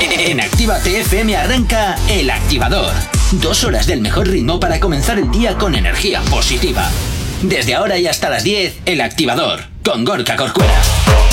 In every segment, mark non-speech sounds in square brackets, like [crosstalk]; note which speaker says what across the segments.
Speaker 1: En Activa TFM arranca El Activador. Dos horas del mejor ritmo para comenzar el día con energía positiva. Desde ahora y hasta las 10, El Activador, con Gorka Corcuera.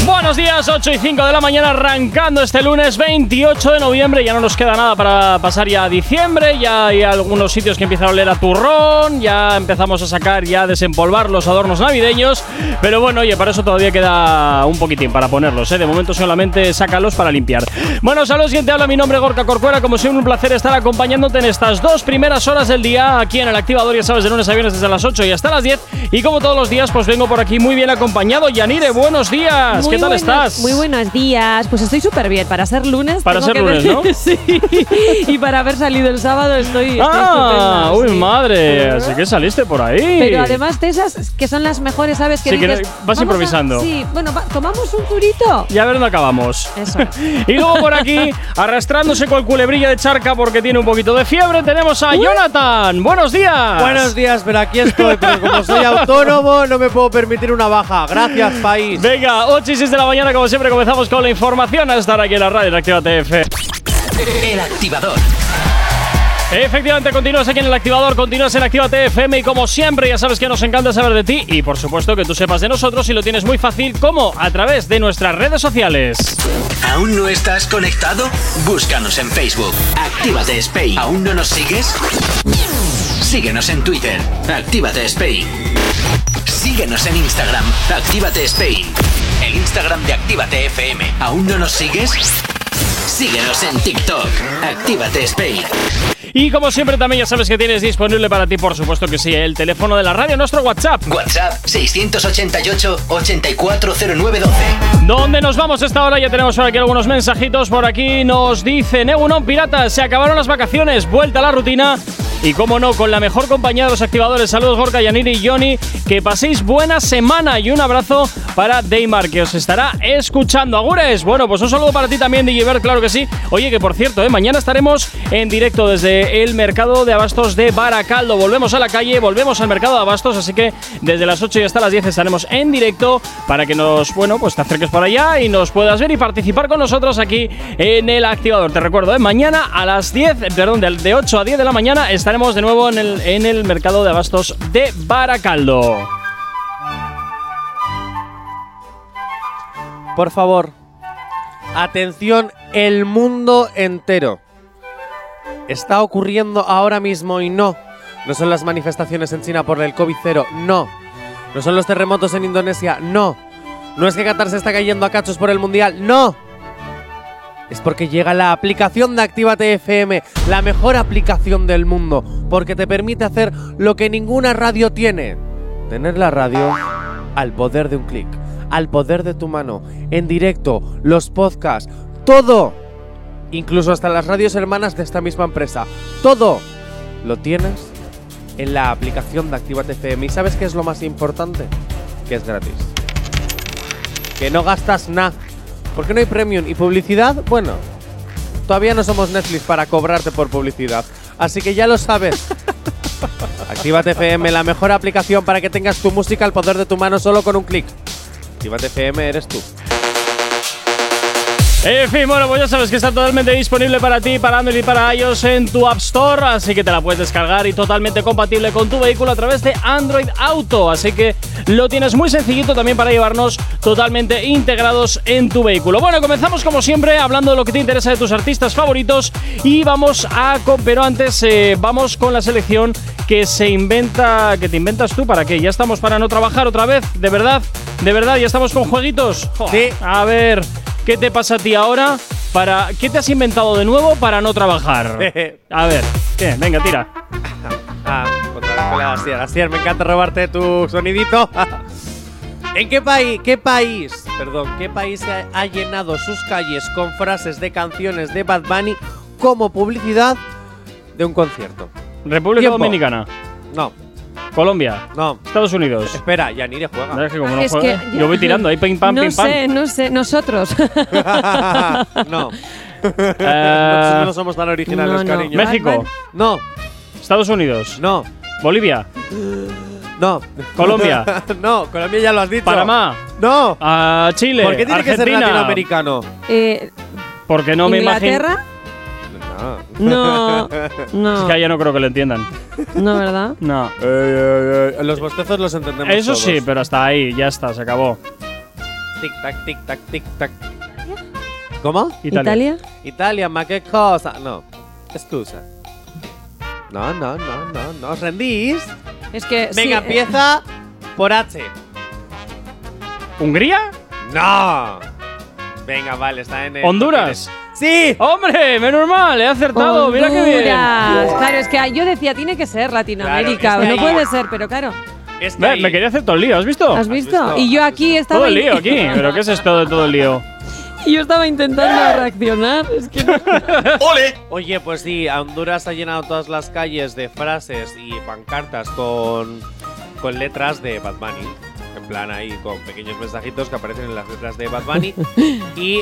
Speaker 2: Buenos días, 8 y 5 de la mañana, arrancando este lunes 28 de noviembre. Ya no nos queda nada para pasar ya a diciembre. Ya hay algunos sitios que empiezan a oler a turrón. Ya empezamos a sacar, ya a desempolvar los adornos navideños. Pero bueno, oye, para eso todavía queda un poquitín para ponerlos. ¿eh? De momento solamente sácalos para limpiar. Bueno, saludos, quien te habla. Mi nombre es Gorka Corcuera. Como siempre, un placer estar acompañándote en estas dos primeras horas del día aquí en el activador. Ya sabes, de lunes a viernes desde las 8 y hasta las 10. Y como todos los días, pues vengo por aquí muy bien acompañado. Yanire, buenos días.
Speaker 3: Muy
Speaker 2: ¿Qué tal
Speaker 3: buenos-
Speaker 2: estás?
Speaker 3: Muy buenos días. Pues estoy súper bien. Para ser lunes.
Speaker 2: Para
Speaker 3: tengo
Speaker 2: ser
Speaker 3: que
Speaker 2: lunes,
Speaker 3: decir-
Speaker 2: ¿no?
Speaker 3: sí. [laughs] Y para haber salido el sábado estoy. estoy
Speaker 2: Ah,
Speaker 3: estupenda,
Speaker 2: uy,
Speaker 3: sí.
Speaker 2: madre, así que saliste por ahí.
Speaker 3: Pero además de esas que son las mejores, ¿sabes? Que
Speaker 2: Sí, que
Speaker 3: dices,
Speaker 2: vas
Speaker 3: "Vamos a-"
Speaker 2: improvisando.
Speaker 3: sí, bueno, va- tomamos un curito.
Speaker 2: Ya a ver dónde acabamos.
Speaker 3: Eso.
Speaker 2: [laughs] y luego por aquí,
Speaker 3: [laughs]
Speaker 2: arrastrándose con culebrilla de charca porque tiene un poquito de fiebre, tenemos a Jonathan. Buenos días.
Speaker 4: Buenos días, pero aquí estoy, porque como
Speaker 2: [laughs]
Speaker 4: soy autónomo no me puedo permitir una baja. Gracias, país.
Speaker 2: Venga, 8 y 6 de la mañana, como siempre, comenzamos con la información a estar aquí en la radio en Activa TF.
Speaker 1: El Activador.
Speaker 2: Efectivamente, continúas aquí en el activador, continúas en Activa TFM y como siempre ya sabes que nos encanta saber de ti y por supuesto que tú sepas de nosotros y lo tienes muy fácil como a través de nuestras redes sociales.
Speaker 1: ¿Aún no estás conectado? Búscanos en Facebook. Actívate Spain. ¿Aún no nos sigues? Síguenos en Twitter. Actívate Spain. Síguenos en Instagram. Actívate Spain. El Instagram de Actívate FM. ¿Aún no nos sigues? Síguenos en TikTok. Actívate Spain.
Speaker 2: Y como siempre también ya sabes que tienes disponible para ti, por supuesto que sí, el teléfono de la radio, nuestro WhatsApp,
Speaker 1: WhatsApp 688 840912.
Speaker 2: donde nos vamos esta hora. Ya tenemos por aquí algunos mensajitos. Por aquí nos dice Neunon Pirata, se acabaron las vacaciones, vuelta a la rutina. Y como no, con la mejor compañía de los activadores. Saludos Gorka, Yaniri y Johnny. Que paséis buena semana y un abrazo para Deimar, que os estará escuchando. Agures, bueno, pues un saludo para ti también, Digibert, claro que sí. Oye, que por cierto, ¿eh? mañana estaremos en directo desde el mercado de abastos de Baracaldo. Volvemos a la calle, volvemos al mercado de abastos, así que desde las 8 y hasta las 10 estaremos en directo para que nos, bueno, pues te acerques para allá y nos puedas ver y participar con nosotros aquí en el activador. Te recuerdo, ¿eh? mañana a las 10, eh, perdón, de- de 8 a 10 de la mañana estaremos de nuevo en el, en el mercado de abastos de Baracaldo.
Speaker 4: Por favor, atención el mundo entero. Está ocurriendo ahora mismo y no. No son las manifestaciones en China por el COVID-0, no. No son los terremotos en Indonesia, no. No es que Qatar se está cayendo a cachos por el Mundial, no. Es porque llega la aplicación de Actívate FM, la mejor aplicación del mundo, porque te permite hacer lo que ninguna radio tiene. Tener la radio al poder de un clic, al poder de tu mano, en directo, los podcasts, todo. Incluso hasta las radios hermanas de esta misma empresa. Todo lo tienes en la aplicación de Actívate FM. ¿Y sabes qué es lo más importante? Que es gratis. Que no gastas nada. Porque no hay premium y publicidad, bueno, todavía no somos Netflix para cobrarte por publicidad. Así que ya lo sabes. Actívate FM, la mejor aplicación para que tengas tu música al poder de tu mano solo con un clic. Actívate FM eres tú.
Speaker 2: En fin, bueno, pues ya sabes que está totalmente disponible para ti, para Android y para iOS en tu App Store, así que te la puedes descargar y totalmente compatible con tu vehículo a través de Android Auto, así que lo tienes muy sencillito también para llevarnos totalmente integrados en tu vehículo. Bueno, comenzamos como siempre hablando de lo que te interesa de tus artistas favoritos y vamos a... co- Pero antes eh, vamos con la selección que se inventa, que te inventas tú, ¿para qué? Ya estamos para no trabajar otra vez, de verdad, de verdad, ya estamos con jueguitos. Jo,
Speaker 4: Sí.
Speaker 2: A ver, ¿qué te pasa a ti ahora? Para, ¿Qué te has inventado de nuevo para
Speaker 4: [laughs]
Speaker 2: no trabajar? A ver, ¿qué? Venga, tira.
Speaker 4: Ah, otra vez con la de Asier. Asier, me encanta robarte tu sonidito. [laughs] ¿En qué país, qué país, perdón, qué país ha, ha llenado sus calles con frases de canciones de Bad Bunny como publicidad de un concierto?
Speaker 2: República
Speaker 4: Tiempo.
Speaker 2: Dominicana,
Speaker 4: No,
Speaker 2: Colombia,
Speaker 4: no.
Speaker 2: Estados Unidos.
Speaker 4: Espera, Yanire juega.
Speaker 2: Es que como no
Speaker 3: Es
Speaker 2: juega-
Speaker 3: que-
Speaker 2: pues, eh, yo voy tirando ahí, pim, pam,
Speaker 3: no
Speaker 2: pim, pam.
Speaker 3: sé, no sé. Nosotros.
Speaker 4: [laughs]
Speaker 2: [laughs]
Speaker 4: no.
Speaker 2: Eh,
Speaker 4: no, no somos tan originales,
Speaker 3: no, no.
Speaker 4: cariño.
Speaker 3: Mex-
Speaker 2: México,
Speaker 4: No,
Speaker 2: Estados Unidos,
Speaker 4: no,
Speaker 2: Bolivia,
Speaker 4: no.
Speaker 2: Colombia.
Speaker 4: no, Colombia ya lo has dicho.
Speaker 2: Panamá,
Speaker 4: [laughs] No.
Speaker 2: ah, Chile,
Speaker 4: ¿Por qué tiene que ser
Speaker 2: Argentina.
Speaker 4: latinoamericano?
Speaker 3: Eh,
Speaker 2: Porque no me imagino.
Speaker 3: ¿Inglaterra?
Speaker 4: No. [laughs]
Speaker 3: No, no,
Speaker 2: Es que a ella no creo que lo entiendan.
Speaker 3: no, ¿verdad?
Speaker 2: No.
Speaker 4: Ey, ey, ey, Los bostezos los entendemos.
Speaker 2: Eso
Speaker 4: todos.
Speaker 2: sí, pero hasta ahí, ya está, se acabó.
Speaker 4: Tic tac, tic tac, tic tac. ¿Cómo?
Speaker 3: ¿Italia?
Speaker 4: Italia, ma qué cosa. No, excusa. No, no, no, no, no. ¿Os rendís?
Speaker 3: Es que. sí,
Speaker 4: Venga,
Speaker 3: eh,
Speaker 4: empieza por H.
Speaker 2: ¿Hungría?
Speaker 4: No. Venga, vale, está en. el-
Speaker 2: ¿Honduras?
Speaker 4: Sí.
Speaker 2: ¡Hombre! Menos mal, he acertado. Mira qué bien.
Speaker 3: Honduras. Claro, es que yo decía, tiene que ser Latinoamérica.
Speaker 4: Claro, es que
Speaker 3: no
Speaker 4: ahí-
Speaker 3: puede ser, pero claro.
Speaker 4: Es que
Speaker 2: Ve,
Speaker 4: ahí-
Speaker 2: Me quería hacer todo el lío, ¿has visto?
Speaker 3: ¿Has visto?
Speaker 4: visto?
Speaker 3: Y yo
Speaker 4: ¿Has
Speaker 3: aquí estaba.
Speaker 2: Todo el lío aquí. ¿Pero qué es esto de todo el lío?
Speaker 3: Y [laughs] yo estaba intentando
Speaker 2: [laughs]
Speaker 3: reaccionar. Es que.
Speaker 1: ¡Ole!
Speaker 4: Oye, pues sí, a Honduras ha llenado todas las calles de frases y pancartas con, con letras de Bad Bunny. En plan ahí, con pequeños mensajitos que aparecen en las letras de Bad
Speaker 2: [laughs]
Speaker 4: Bunny. y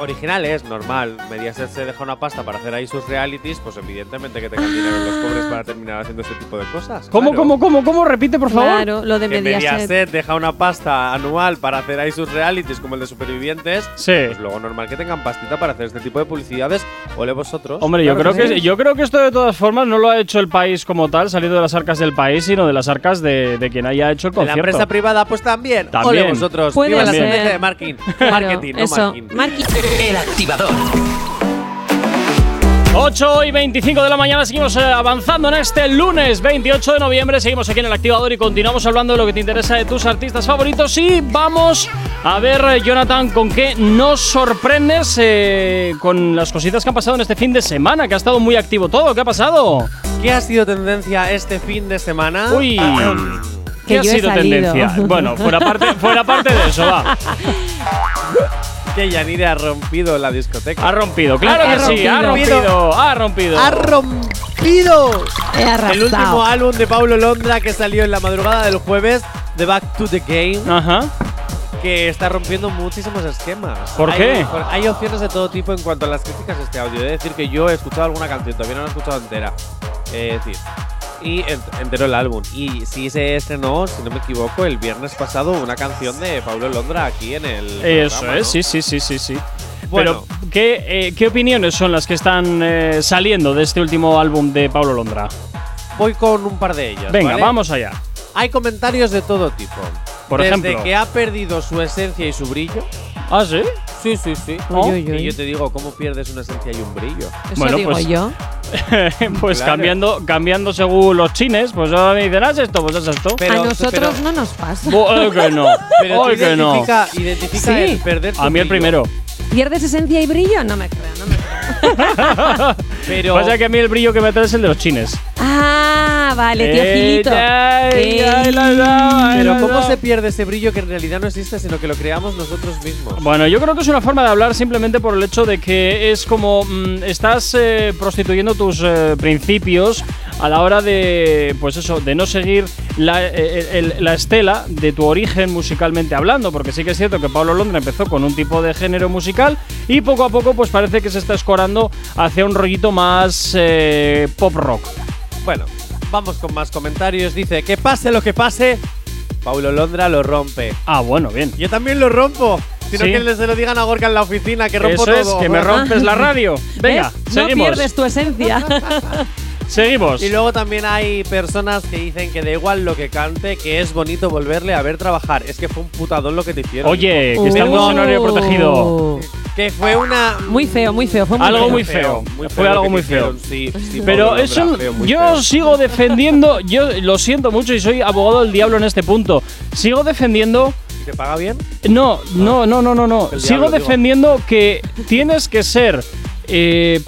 Speaker 4: originales, normal. Mediaset se deja una pasta para hacer ahí sus realities, pues evidentemente que tengan dinero los pobres para terminar haciendo este tipo de cosas.
Speaker 2: ¿Cómo,
Speaker 4: claro.
Speaker 2: cómo, cómo, cómo? Repite, por favor.
Speaker 3: Claro, lo de
Speaker 4: Que
Speaker 3: Mediaset.
Speaker 4: Mediaset deja una pasta anual para hacer ahí sus realities como el de Supervivientes.
Speaker 2: Sí.
Speaker 4: Pues luego normal que tengan pastita para hacer este tipo de publicidades. Ole vosotros.
Speaker 2: Hombre, yo
Speaker 4: Claro
Speaker 2: creo,
Speaker 4: sí.
Speaker 2: que, yo creo que esto de todas formas no lo ha hecho el país como tal, salido de las arcas del país, sino de las arcas de, de quien haya hecho el
Speaker 4: De la
Speaker 2: concierto.
Speaker 4: empresa privada, pues también.
Speaker 2: También.
Speaker 4: Ole vosotros.
Speaker 3: Puede
Speaker 4: Viva la
Speaker 3: ser.
Speaker 4: estrategia de marketing.
Speaker 3: [laughs] Claro,
Speaker 4: marketing, no
Speaker 3: eso.
Speaker 4: marketing.
Speaker 3: Marketing.
Speaker 1: El activador.
Speaker 2: 8 y 25 de la mañana seguimos eh, avanzando en este lunes 28 de noviembre. Seguimos aquí en el activador y continuamos hablando de lo que te interesa de tus artistas favoritos. Y vamos a ver, eh, Jonathan, con qué nos sorprendes eh, con las cositas que han pasado en este fin de semana, que ha estado muy activo todo. ¿Qué ha pasado?
Speaker 4: ¿Qué ha sido tendencia Ah, este fin de semana?
Speaker 2: Uy.
Speaker 3: Que
Speaker 2: ¿Qué ha
Speaker 3: yo he
Speaker 2: sido
Speaker 3: salido.
Speaker 2: tendencia? Bueno,
Speaker 3: [laughs]
Speaker 2: fuera parte, fuera parte de eso, va.
Speaker 4: [laughs] Que Yanire ha rompido la discoteca.
Speaker 2: Ha rompido, claro
Speaker 3: Ha
Speaker 2: que sí, ha
Speaker 4: rompido.
Speaker 2: rompido, ha rompido.
Speaker 4: ¡Ha rompido!
Speaker 3: He
Speaker 4: El último
Speaker 3: arrasado.
Speaker 4: álbum de Paulo Londra que salió en la madrugada del jueves, The Back to the Game.
Speaker 2: Ajá.
Speaker 4: que está rompiendo muchísimos esquemas.
Speaker 2: ¿Por
Speaker 4: Hay-
Speaker 2: qué?
Speaker 4: por- Hay opciones de todo tipo en cuanto a las críticas de este audio. Es decir, que yo he escuchado alguna canción, todavía no la he escuchado entera. Eh, Es decir, y ent- entero el álbum. Y sí se estrenó, si no me equivoco, el viernes pasado una canción de Pablo Londra aquí en el.
Speaker 2: Eso
Speaker 4: programa,
Speaker 2: es,
Speaker 4: ¿no?
Speaker 2: sí, sí, sí, sí, sí.
Speaker 4: Bueno.
Speaker 2: Pero, ¿qué, eh, ¿qué opiniones son las que están eh, saliendo de este último álbum de Pablo Londra?
Speaker 4: Voy con un par de ellas.
Speaker 2: Venga,
Speaker 4: ¿vale?
Speaker 2: vamos allá.
Speaker 4: Hay comentarios de todo tipo.
Speaker 2: Por
Speaker 4: Desde
Speaker 2: ejemplo.
Speaker 4: que ha perdido su esencia y su brillo.
Speaker 2: ¿Ah, sí?
Speaker 4: Sí, sí, sí.
Speaker 2: ¿No?
Speaker 3: Uy, uy, uy.
Speaker 4: Y yo te digo, ¿cómo pierdes una esencia y un brillo?
Speaker 3: Eso
Speaker 2: Bueno,
Speaker 3: digo
Speaker 2: pues-
Speaker 3: yo.
Speaker 2: [laughs] pues
Speaker 4: Claro.
Speaker 2: cambiando, cambiando según los chines, pues ahora me dicen, haz esto, pues haz esto.
Speaker 4: Pero-
Speaker 3: a nosotros
Speaker 4: pero-
Speaker 3: no nos pasa.
Speaker 2: Bu- ¡Ay, que no!
Speaker 4: Pero tú
Speaker 2: ¡Ay, que no!
Speaker 4: identifica, identifica
Speaker 3: Sí.
Speaker 4: el perder tu
Speaker 2: A mí el
Speaker 4: brillo.
Speaker 2: primero.
Speaker 3: [laughs] ¿Pierdes esencia y brillo? No me creo, no me creo.
Speaker 4: [laughs] Pero
Speaker 2: Pasa que a mí el brillo que me trae es el de los chines.
Speaker 3: Ah, vale, tío
Speaker 2: Eh,
Speaker 3: Gilito.
Speaker 2: ya,
Speaker 3: Eh,
Speaker 2: ya, la, la, la,
Speaker 4: Pero
Speaker 2: la.
Speaker 4: ¿cómo se pierde ese brillo que en realidad no existe, sino que lo creamos nosotros mismos?
Speaker 2: Bueno, yo creo que es una forma de hablar simplemente por el hecho de que es como mm, estás eh, prostituyendo tus eh, principios a la hora de, pues eso, de no seguir la, eh, el- la estela de tu origen musicalmente hablando, porque sí que es cierto que Pablo Londra empezó con un tipo de género musical y poco a poco pues parece que se está escorando hacia un rollito más eh, pop rock.
Speaker 4: Bueno, vamos con más comentarios. Dice, que pase lo que pase, Paulo Londra lo rompe.
Speaker 2: Ah, bueno, bien.
Speaker 4: Yo también lo rompo. Si no
Speaker 2: Sí.
Speaker 4: que se lo digan a Gorka en la oficina, que rompo
Speaker 2: Eso
Speaker 4: todo.
Speaker 2: es, que me
Speaker 4: [laughs]
Speaker 2: rompes la radio. [laughs] Venga,
Speaker 3: Ah. ¿Ves? No
Speaker 2: seguimos.
Speaker 3: pierdes tu
Speaker 2: [laughs]
Speaker 3: esencia.
Speaker 2: seguimos.
Speaker 4: Y luego también hay personas que dicen que da igual lo que cante, que es bonito volverle a ver trabajar. Es que fue un putadón lo que te hicieron.
Speaker 2: Oye, que estamos en horario protegido.
Speaker 4: Que fue una...
Speaker 3: Oh. Muy feo, muy feo. Fue muy
Speaker 2: Algo
Speaker 3: feo.
Speaker 2: muy Fue algo
Speaker 4: lo que
Speaker 2: muy
Speaker 4: te
Speaker 2: feo.
Speaker 4: hicieron, sí, sí,
Speaker 2: Pero
Speaker 4: Pablo
Speaker 2: eso
Speaker 4: Londra, feo, muy
Speaker 2: yo
Speaker 4: feo.
Speaker 2: sigo defendiendo, yo lo siento mucho y soy abogado del diablo en este punto. Sigo defendiendo
Speaker 4: ¿Te paga bien?
Speaker 2: no, no, no, no, no, no.
Speaker 4: Ah. El
Speaker 2: Sigo
Speaker 4: diablo, digo.
Speaker 2: defendiendo que tienes que ser eh,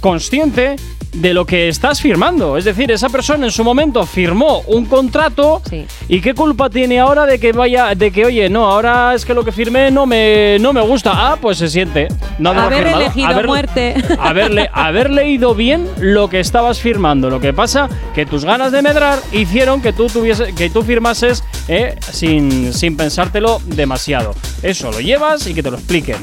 Speaker 2: consciente de lo que estás firmando. Es decir, esa persona en su momento firmó un contrato
Speaker 3: Sí.
Speaker 2: y qué culpa tiene ahora de que vaya, de que oye, no, ahora es que lo que firmé no me, no me gusta. Ah, pues se siente. No haberlo
Speaker 3: Haber
Speaker 2: firmado.
Speaker 3: elegido
Speaker 2: Haber-
Speaker 3: muerte.
Speaker 2: haberle, haber leído bien lo que estabas firmando. Lo que pasa que tus ganas de medrar hicieron que tú tuviese, que tú firmases eh, sin, sin pensártelo demasiado. Eso lo llevas y que te lo expliquen.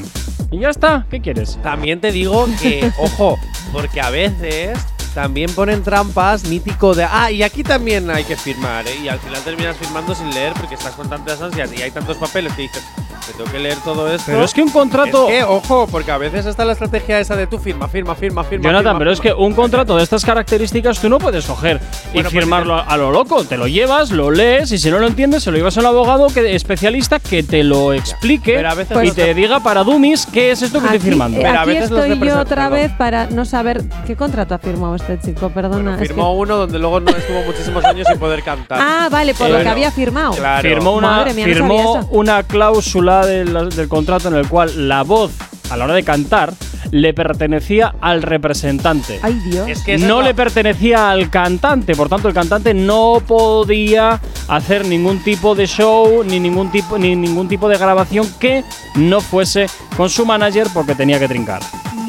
Speaker 2: Y ya está, ¿qué quieres?
Speaker 4: También te digo
Speaker 2: [laughs]
Speaker 4: que, ojo, porque a veces también ponen trampas mítico de. Ah, y aquí también hay que firmar, ¿eh? Y al final terminas firmando sin leer porque estás con tantas ansias y hay tantos papeles que dices. Me tengo que leer todo esto.
Speaker 2: Pero es que un contrato.
Speaker 4: Es que, ojo, porque a veces está la estrategia esa de tú firma, firma, firma, firma.
Speaker 2: Jonathan,
Speaker 4: firma,
Speaker 2: pero es que
Speaker 4: firma.
Speaker 2: un contrato de estas características tú no puedes coger
Speaker 4: Bueno,
Speaker 2: y
Speaker 4: pues
Speaker 2: firmarlo a lo loco. Te lo llevas, lo lees y si no lo entiendes, se lo llevas a un abogado que, especialista que te lo explique
Speaker 4: Pero a veces
Speaker 2: y
Speaker 4: los-
Speaker 2: te diga para Dummies qué es esto que
Speaker 3: Aquí,
Speaker 2: estoy firmando.
Speaker 3: eh,
Speaker 4: Pero a
Speaker 3: aquí
Speaker 4: veces los
Speaker 3: estoy yo
Speaker 4: representan-
Speaker 3: otra
Speaker 4: perdón.
Speaker 3: vez para no saber qué contrato ha firmado este chico, perdona.
Speaker 4: Bueno,
Speaker 3: es
Speaker 4: firmó
Speaker 3: que-
Speaker 4: uno donde luego no estuvo muchísimos años sin poder cantar.
Speaker 3: Ah, vale, por
Speaker 2: Eh,
Speaker 3: lo que
Speaker 2: bueno,
Speaker 3: había firmado.
Speaker 4: claro.
Speaker 2: Firmó, una,
Speaker 3: Madre mía, no
Speaker 2: firmó
Speaker 3: sabía eso.
Speaker 2: una cláusula de la- del contrato en el cual la voz, a la hora de cantar, le pertenecía al representante.
Speaker 3: Ay, Dios.
Speaker 4: Es que esa
Speaker 2: no
Speaker 4: es la-
Speaker 2: le pertenecía al cantante, por tanto el cantante no podía hacer ningún tipo de show ni ningún tipo ni ningún tipo de grabación que no fuese con su manager porque tenía que trincar.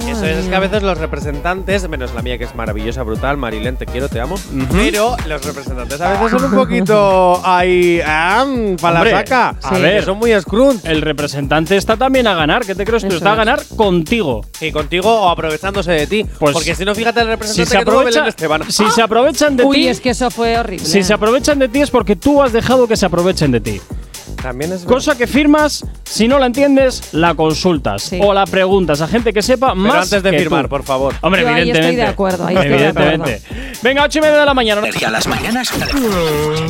Speaker 4: Eso es, es que a veces los representantes, menos la mía que es maravillosa, brutal, Marilén, te quiero, te amo. Pero los representantes a veces son un
Speaker 2: [laughs]
Speaker 4: poquito ahí. ah, para
Speaker 2: Hombre,
Speaker 4: la saca!
Speaker 2: a Sí. ver.
Speaker 4: Que son muy scrunch.
Speaker 2: El representante está también a ganar, ¿qué te crees tú?
Speaker 3: Eso
Speaker 2: Está a
Speaker 3: es.
Speaker 2: ganar contigo.
Speaker 4: Y contigo o aprovechándose de ti.
Speaker 2: Pues
Speaker 4: porque si no, fíjate el
Speaker 2: Si
Speaker 4: representante
Speaker 2: se,
Speaker 4: que tuvo
Speaker 2: aprovecha-
Speaker 4: Belén Esteban. ¡Ah!
Speaker 2: si se aprovechan de
Speaker 3: Uy,
Speaker 2: ti,
Speaker 3: es que eso fue horrible.
Speaker 2: si se aprovechan de ti es porque tú has dejado que se aprovechen de ti.
Speaker 4: También es verdad.
Speaker 2: Cosa que firmas, si no la entiendes, la consultas
Speaker 3: Sí.
Speaker 2: o la preguntas a gente que sepa
Speaker 4: Pero
Speaker 2: más.
Speaker 4: antes de
Speaker 2: que
Speaker 4: firmar,
Speaker 2: tú.
Speaker 4: por favor.
Speaker 2: Hombre,
Speaker 3: Yo ahí estoy de
Speaker 2: evidentemente.
Speaker 3: acuerdo, ahí estoy de
Speaker 2: evidentemente. Venga, 8 y media de la mañana.
Speaker 1: Energía a las mañanas.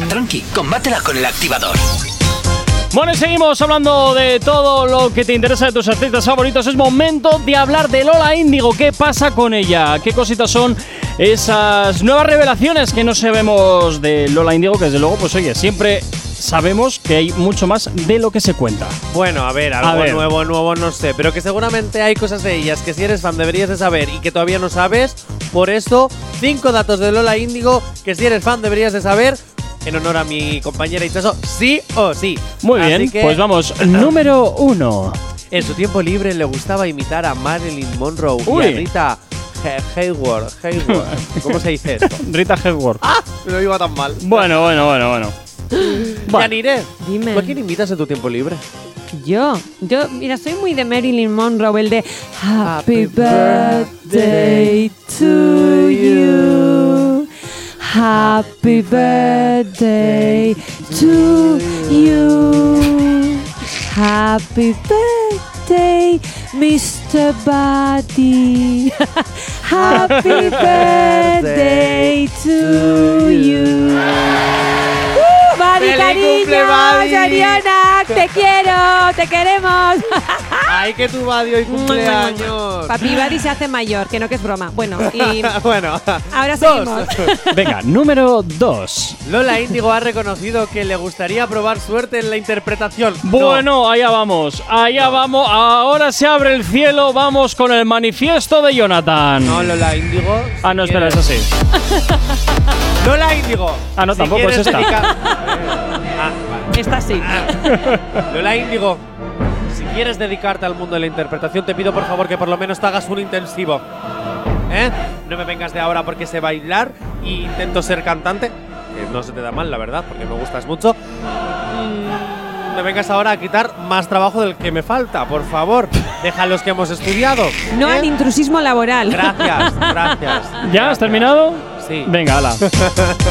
Speaker 1: Tranqui, combátela con el activador.
Speaker 2: Bueno, y seguimos hablando de todo lo que te interesa de tus artistas favoritos. Es momento de hablar de Lola Índigo. ¿Qué pasa con ella? ¿Qué cositas son esas nuevas revelaciones que no sabemos de Lola Índigo? Que desde luego, pues oye, siempre sabemos que hay mucho más de lo que se cuenta.
Speaker 4: Bueno, a ver, algo
Speaker 2: A ver.
Speaker 4: nuevo, nuevo, no sé. Pero que seguramente hay cosas de ellas que si eres fan deberías de saber y que todavía no sabes. Por eso, cinco datos de Lola Índigo que si eres fan deberías de saber. En honor a mi compañera Itzaso, sí o sí.
Speaker 2: Muy
Speaker 4: Así
Speaker 2: bien,
Speaker 4: que,
Speaker 2: pues vamos. Número uno.
Speaker 4: En su tiempo libre le gustaba imitar a Marilyn Monroe
Speaker 2: Uy.
Speaker 4: y a Rita He- Hayward. Hayward. [laughs] ¿Cómo se dice esto?
Speaker 2: Rita Hedworth.
Speaker 4: ¡Ah! Lo iba tan mal. [laughs]
Speaker 2: Bueno, bueno, bueno, bueno. Vale.
Speaker 4: Yanire,
Speaker 3: Dime.
Speaker 4: ¿tú a quién imitas en tu tiempo libre?
Speaker 3: Yo, yo, mira, soy muy de Marilyn Monroe, el de
Speaker 4: Happy
Speaker 3: Happy birthday to you. Happy birthday to you. Happy birthday, Mr. Buddy. [laughs] Happy birthday to you. ¡Uh, Buddy,
Speaker 4: ¡Feliz cumple, Buddy!
Speaker 3: cariño! Ariana, ¡Te quiero! ¡Te queremos! [laughs]
Speaker 4: ¡Ay, que tu vadio y cumpleaños!
Speaker 3: Papi Buddy se hace mayor, que no que es broma. Bueno,
Speaker 4: [laughs]
Speaker 2: [laughs]
Speaker 3: y
Speaker 4: bueno,
Speaker 3: ahora
Speaker 4: dos.
Speaker 3: seguimos.
Speaker 2: Venga, número dos.
Speaker 4: Lola Índigo ha reconocido que le gustaría probar suerte en la interpretación.
Speaker 2: Bueno, allá vamos, allá vamos. Ahora se abre el cielo, vamos con el manifiesto de Jonathan.
Speaker 4: No, no, Lola Índigo. si
Speaker 2: ah, no, espera, es
Speaker 4: quieres-
Speaker 2: así.
Speaker 4: Lola Índigo.
Speaker 2: Ah, no,
Speaker 4: si
Speaker 2: tampoco es
Speaker 4: quieres
Speaker 2: esta.
Speaker 4: dedicar- Ah, vale.
Speaker 3: Esta sí.
Speaker 4: Lola Índigo. Si quieres dedicarte al mundo de la interpretación, te pido por favor que por lo menos te hagas un intensivo. ¿Eh? No me vengas de ahora porque sé bailar y intento ser cantante. que no se te da mal, la verdad, porque me gustas mucho. Mm, Me vengas ahora a quitar más trabajo del que me falta, por favor. Deja los que hemos estudiado.
Speaker 3: No
Speaker 4: ¿eh?
Speaker 3: al intrusismo laboral.
Speaker 4: Gracias, gracias.
Speaker 2: ¿Ya has terminado?
Speaker 4: Sí.
Speaker 2: Venga, ala.
Speaker 4: [laughs]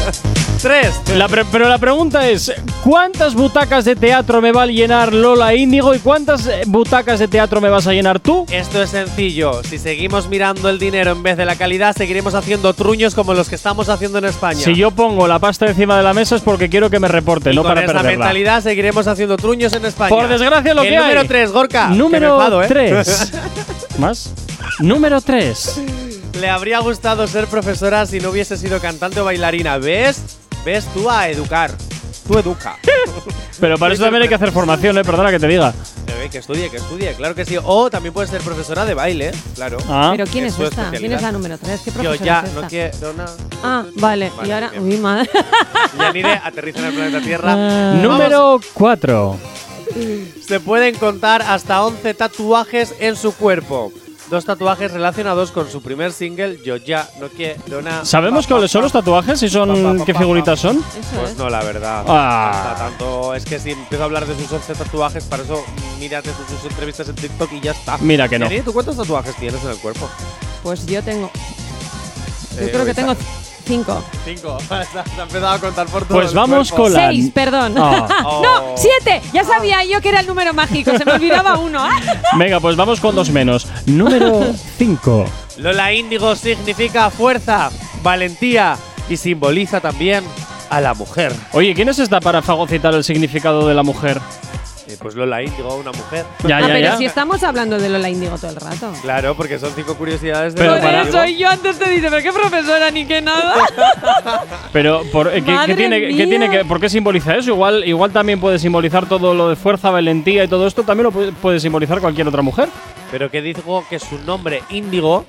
Speaker 4: Tres.
Speaker 2: La pre- pero la pregunta es: ¿cuántas butacas de teatro me va a llenar Lola Índigo y cuántas eh, butacas de teatro me vas a llenar tú?
Speaker 4: Esto es sencillo. Si seguimos mirando el dinero en vez de la calidad, seguiremos haciendo truños como los que estamos haciendo en España.
Speaker 2: Si yo pongo la pasta encima de la mesa es porque quiero que me reporte,
Speaker 4: Y
Speaker 2: no
Speaker 4: con
Speaker 2: para
Speaker 4: esa
Speaker 2: perderla.
Speaker 4: mentalidad seguiremos haciendo truños en España.
Speaker 2: Por desgracia, lo
Speaker 4: El
Speaker 2: que hay.
Speaker 4: número 3, Gorka. que me
Speaker 2: Número
Speaker 4: enfado, ¿eh? [laughs]
Speaker 2: 3. ¿Más? Número 3.
Speaker 4: Le habría gustado ser profesora si no hubiese sido cantante o bailarina. ¿Ves? ¿Ves tú a educar? Tú
Speaker 2: [laughs]
Speaker 4: educa.
Speaker 2: Pero para eso también hay que hacer formación, ¿eh? Perdona que te diga.
Speaker 4: Eh, que estudie, que estudie, claro que sí. O también puedes ser profesora de baile, claro.
Speaker 2: Ah.
Speaker 3: Pero ¿quién
Speaker 4: Es
Speaker 3: es
Speaker 4: su
Speaker 3: esta? ¿Quién
Speaker 4: especialidad.
Speaker 3: es la número 3? ¿Qué
Speaker 4: Yo
Speaker 3: profesora
Speaker 4: ya
Speaker 3: es esta?
Speaker 4: no quiero nada.
Speaker 3: Ah, vale. Y ahora,
Speaker 4: bien. [laughs]
Speaker 3: uy, madre. [laughs]
Speaker 4: Yanire aterriza en el planeta Tierra. Vamos,
Speaker 2: Ah. Número 4.
Speaker 4: [laughs] se pueden contar hasta 11 tatuajes en su cuerpo. Dos tatuajes relacionados con su primer single, Yo ya no quiero nada.
Speaker 2: ¿Sabemos
Speaker 4: Pa, pa,
Speaker 2: cuáles son
Speaker 4: pa.
Speaker 2: los tatuajes? ¿Y
Speaker 4: Pa, pa,
Speaker 2: son
Speaker 4: pa,
Speaker 2: qué
Speaker 4: pa,
Speaker 2: figuritas
Speaker 4: pa.
Speaker 2: son?
Speaker 3: Eso
Speaker 4: Pues
Speaker 3: es.
Speaker 4: no, la verdad.
Speaker 2: Ah.
Speaker 4: Hasta tanto es que si empiezo a hablar de sus 11 tatuajes, para eso mírate sus, sus entrevistas en TikTok y ya está.
Speaker 2: Mira que no.
Speaker 4: Yanire, ¿tú cuántos tatuajes tienes en el cuerpo?
Speaker 3: Pues yo tengo. Yo
Speaker 4: Eh,
Speaker 3: creo que
Speaker 4: ahorita.
Speaker 3: tengo Cinco.
Speaker 4: Cinco. [laughs] Se ha empezado a contar por todo
Speaker 2: Pues
Speaker 4: el
Speaker 2: vamos
Speaker 4: cuerpo.
Speaker 2: con la.
Speaker 3: Seis, perdón.
Speaker 2: Ah.
Speaker 4: Oh.
Speaker 3: no, siete. Ya sabía yo que era el número mágico. Se me olvidaba uno. [laughs] Ah.
Speaker 2: Venga, pues vamos con dos menos.
Speaker 4: [laughs]
Speaker 2: Número 5.
Speaker 4: [laughs] Lola Índigo significa fuerza, valentía y simboliza también a la mujer.
Speaker 2: Oye, ¿quién es esta para fagocitar el significado de la
Speaker 4: [laughs]
Speaker 2: mujer?
Speaker 4: Eh, pues Lola Índigo, una mujer.
Speaker 2: Ya,
Speaker 3: No,
Speaker 2: ya,
Speaker 3: Ah, pero
Speaker 2: ya.
Speaker 3: si estamos hablando de Lola Índigo todo el rato.
Speaker 4: Ah, Claro, porque son cinco curiosidades de
Speaker 2: Pero
Speaker 4: Lola
Speaker 2: para-
Speaker 4: Índigo.
Speaker 3: yo antes te dice, pero qué profesora ni qué
Speaker 2: [laughs]
Speaker 3: nada.
Speaker 2: Pero, por, eh, ¿qué- ¿qué,
Speaker 3: Madre
Speaker 2: tiene, qué
Speaker 3: mía.
Speaker 2: tiene que, ¿por qué simboliza eso? Igual, igual también puede simbolizar todo lo de fuerza, valentía y todo esto. También lo puede, puede simbolizar cualquier otra mujer.
Speaker 4: Pero que dijo que su nombre Índigo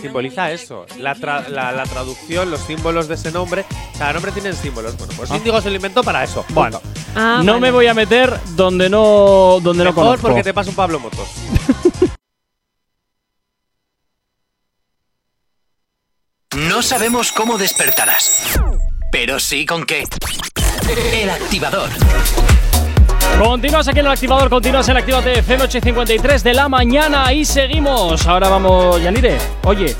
Speaker 4: simboliza eso. La, tra- la- la traducción, los símbolos de ese nombre. Cada nombre tiene símbolos. Bueno,
Speaker 2: Ah.
Speaker 4: pues Índigo se lo inventó para eso.
Speaker 2: Bueno,
Speaker 4: Punto.
Speaker 3: Ah,
Speaker 2: no
Speaker 3: vale.
Speaker 2: me voy a meter donde no, donde no
Speaker 4: Mejor
Speaker 2: conozco.
Speaker 4: porque te pasa un Pablo Motos.
Speaker 1: No sabemos cómo despertarás, pero sí con qué. El activador.
Speaker 2: Continúas aquí en el activador, continúas en Actívate FM 853 de la mañana y seguimos. Ahora vamos, Yanire. Oye,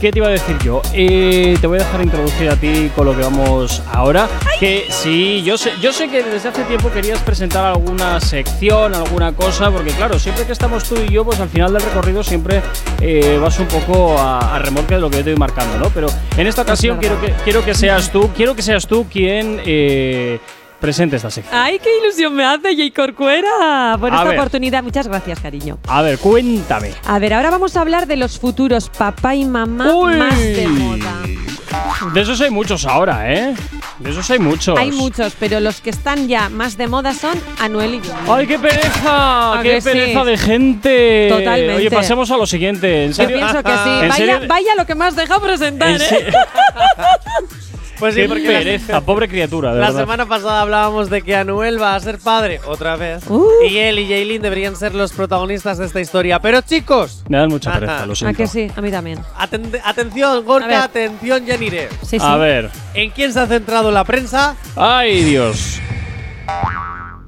Speaker 2: ¿qué te iba a decir yo? Eh, te voy a dejar introducir a ti con lo que vamos ahora. Que sí, yo sé, yo sé que desde hace tiempo querías presentar alguna sección, alguna cosa, porque claro, siempre que estamos tú y yo, pues al final del recorrido siempre eh, vas un poco a, a remolque de lo que yo te voy marcando, ¿no? Pero en esta ocasión
Speaker 3: verdad.
Speaker 2: quiero que, quiero que seas tú, quiero que seas tú quien eh, presente esta sección.
Speaker 3: Ay, qué ilusión me hace J. Corcuera por
Speaker 2: A
Speaker 3: esta
Speaker 2: ver.
Speaker 3: oportunidad. Muchas gracias, cariño.
Speaker 2: A ver, cuéntame.
Speaker 3: A ver, ahora vamos a hablar de los futuros papá y mamá
Speaker 2: Uy.
Speaker 3: más de moda.
Speaker 2: De esos hay muchos ahora, ¿eh? De esos hay muchos.
Speaker 3: Hay muchos, pero los que están ya más de moda son Anuel y yo.
Speaker 2: ¡Ay, qué pereza!
Speaker 3: ¿A
Speaker 2: Ah, ¡Qué
Speaker 3: que sí?
Speaker 2: pereza de gente!
Speaker 3: Totalmente.
Speaker 2: Oye, pasemos a lo siguiente. ¿En
Speaker 3: Yo
Speaker 2: serio?
Speaker 3: pienso que sí.
Speaker 2: ¿En
Speaker 3: Vaya,
Speaker 2: serio?
Speaker 3: vaya lo que más deja presentar,
Speaker 2: ¿En
Speaker 3: ¿eh?
Speaker 2: serio?
Speaker 4: Pues sí,
Speaker 2: ¡Qué
Speaker 4: porque la-
Speaker 2: pereza! Pobre criatura, de
Speaker 4: La
Speaker 2: verdad.
Speaker 4: semana pasada hablábamos de que Anuel va a ser padre otra vez.
Speaker 3: Uh.
Speaker 4: Y él y Jaylin deberían ser los protagonistas de esta historia. Pero chicos,
Speaker 2: Me dan mucha
Speaker 4: ah.
Speaker 2: pereza, lo
Speaker 3: ¿A
Speaker 2: siento.
Speaker 3: Ah, que sí? A mí también.
Speaker 4: atende- atención,
Speaker 3: A ver.
Speaker 4: Gorka, atención, Yanire.
Speaker 3: Sí, sí.
Speaker 2: A ver.
Speaker 4: ¿En quién se ha centrado la prensa?
Speaker 2: ¡Ay, Dios!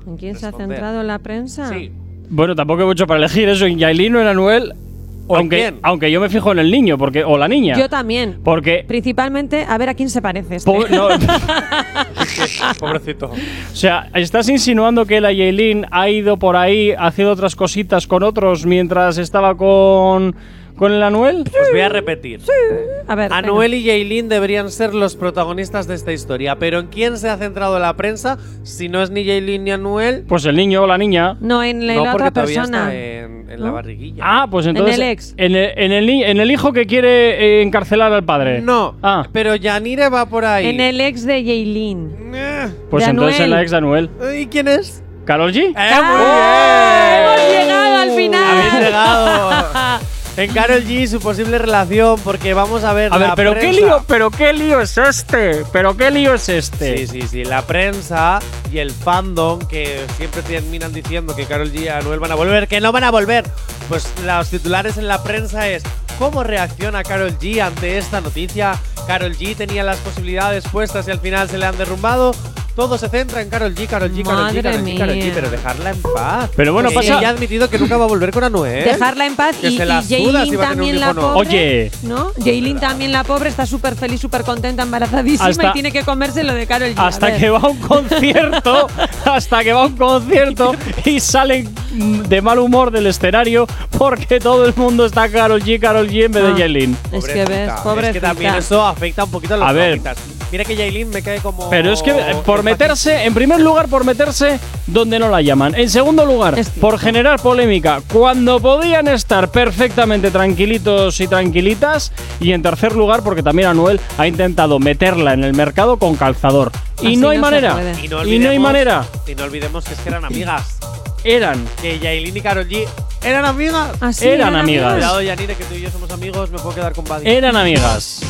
Speaker 3: ¿En quién se ha
Speaker 4: Responder.
Speaker 3: centrado la prensa?
Speaker 2: Bueno, tampoco hay mucho para elegir eso. ¿En Yailin o en Anuel?
Speaker 4: ¿O en
Speaker 2: aunque,
Speaker 4: quién?
Speaker 2: aunque yo me fijo en el niño porque, o la niña.
Speaker 3: Yo también.
Speaker 2: Porque.
Speaker 3: Principalmente, a ver a quién se parece este.
Speaker 2: pobre-
Speaker 3: [laughs]
Speaker 2: no,
Speaker 4: Pobrecito.
Speaker 2: O sea, ¿estás insinuando que la Yailin ha ido por ahí haciendo otras cositas con otros mientras estaba con, con el Anuel?
Speaker 4: Os Pues voy a repetir.
Speaker 3: A ver. venga.
Speaker 4: Anuel y Jaylin deberían ser los protagonistas de esta historia. Pero ¿en quién se ha centrado la prensa? Si no es ni Jaylin ni Anuel.
Speaker 2: Pues el niño o la niña.
Speaker 3: No, en la,
Speaker 4: no,
Speaker 3: la
Speaker 4: porque
Speaker 3: otra
Speaker 4: todavía
Speaker 3: persona.
Speaker 4: está en, en la
Speaker 3: ¿No?
Speaker 4: barriguilla.
Speaker 2: Ah, pues entonces.
Speaker 3: el ex.
Speaker 2: En el, en el ni- en el hijo que quiere eh, encarcelar al padre.
Speaker 4: No,
Speaker 2: Ah,
Speaker 4: pero Yanire va por ahí.
Speaker 3: En el ex de Jaylin.
Speaker 4: Eh,
Speaker 2: pues
Speaker 3: de
Speaker 2: entonces en
Speaker 3: Anuel.
Speaker 2: la ex de Anuel.
Speaker 4: ¿Y quién es?
Speaker 2: ¿Carol G?
Speaker 4: ¡Eh, muy
Speaker 3: ¡Ah!
Speaker 4: bien!
Speaker 3: ¡Hemos llegado al final!
Speaker 4: ¡Habéis
Speaker 3: [laughs]
Speaker 4: llegado! en Carol G y su posible relación, porque vamos a ver.
Speaker 2: A ver,
Speaker 4: la
Speaker 2: pero qué
Speaker 4: prensa-
Speaker 2: lío, pero qué lío es este. Pero qué lío es
Speaker 4: Sí,
Speaker 2: este.
Speaker 4: sí, sí. La prensa y el fandom que siempre terminan diciendo que Carol G y Anuel van a volver, que no van a volver. Pues los titulares en la prensa es cómo reacciona Carol G ante esta noticia. Carol G tenía las posibilidades puestas y al final se le han derrumbado. Todo se centra en Carol G, Carol G, Carol G,
Speaker 3: Madre
Speaker 4: Carol G, Carol G,
Speaker 3: mía.
Speaker 4: pero dejarla en paz.
Speaker 2: Pero bueno,
Speaker 4: Sí.
Speaker 2: pasa-
Speaker 4: Ella ha admitido que nunca va a volver con Anuel.
Speaker 3: Dejarla en paz
Speaker 4: Que
Speaker 3: y,
Speaker 4: se
Speaker 3: y
Speaker 4: la suda si va a tener un
Speaker 3: Jaylin también
Speaker 4: hijo o
Speaker 3: la
Speaker 4: no.
Speaker 3: pobre.
Speaker 2: Oye.
Speaker 3: ¿No? Jaylin también la pobre está súper feliz, súper contenta, embarazadísima
Speaker 2: Hasta-
Speaker 3: y tiene que comerse lo de Carol
Speaker 5: [laughs]
Speaker 3: G. A
Speaker 2: Hasta
Speaker 3: ver.
Speaker 2: que va a un
Speaker 3: [laughs]
Speaker 2: concierto, hasta que va a un concierto y salen mm, de mal humor del escenario porque todo el mundo está Carol G, Carol G en vez de
Speaker 3: Ah.
Speaker 2: Yailin.
Speaker 3: Es que ves,
Speaker 4: pobre. Es que también
Speaker 3: pobrecita.
Speaker 4: eso afecta un poquito a los
Speaker 2: A ver.
Speaker 4: favoritas. Mira que Yailin me cae como.
Speaker 2: Pero es que eh, por
Speaker 4: el
Speaker 2: meterse, en primer lugar por meterse donde no la llaman. En segundo lugar,
Speaker 3: Es cierto.
Speaker 2: por generar polémica cuando podían estar perfectamente tranquilitos y tranquilitas. Y en tercer lugar, porque también Anuel ha intentado meterla en el mercado con calzador. Y
Speaker 3: Así
Speaker 2: no hay
Speaker 3: no se
Speaker 2: manera.
Speaker 3: puede.
Speaker 4: Y no,
Speaker 2: Y no hay
Speaker 4: olvidemos-
Speaker 2: manera.
Speaker 4: Y no olvidemos que es que eran amigas.
Speaker 2: Eran.
Speaker 4: Que Yailin y Karol G eran amigas.
Speaker 3: Así
Speaker 2: Eran amigas.
Speaker 4: Cuidado, Yanire, que tú y yo somos amigos, me puedo quedar con Buddy.
Speaker 2: Eran amigas.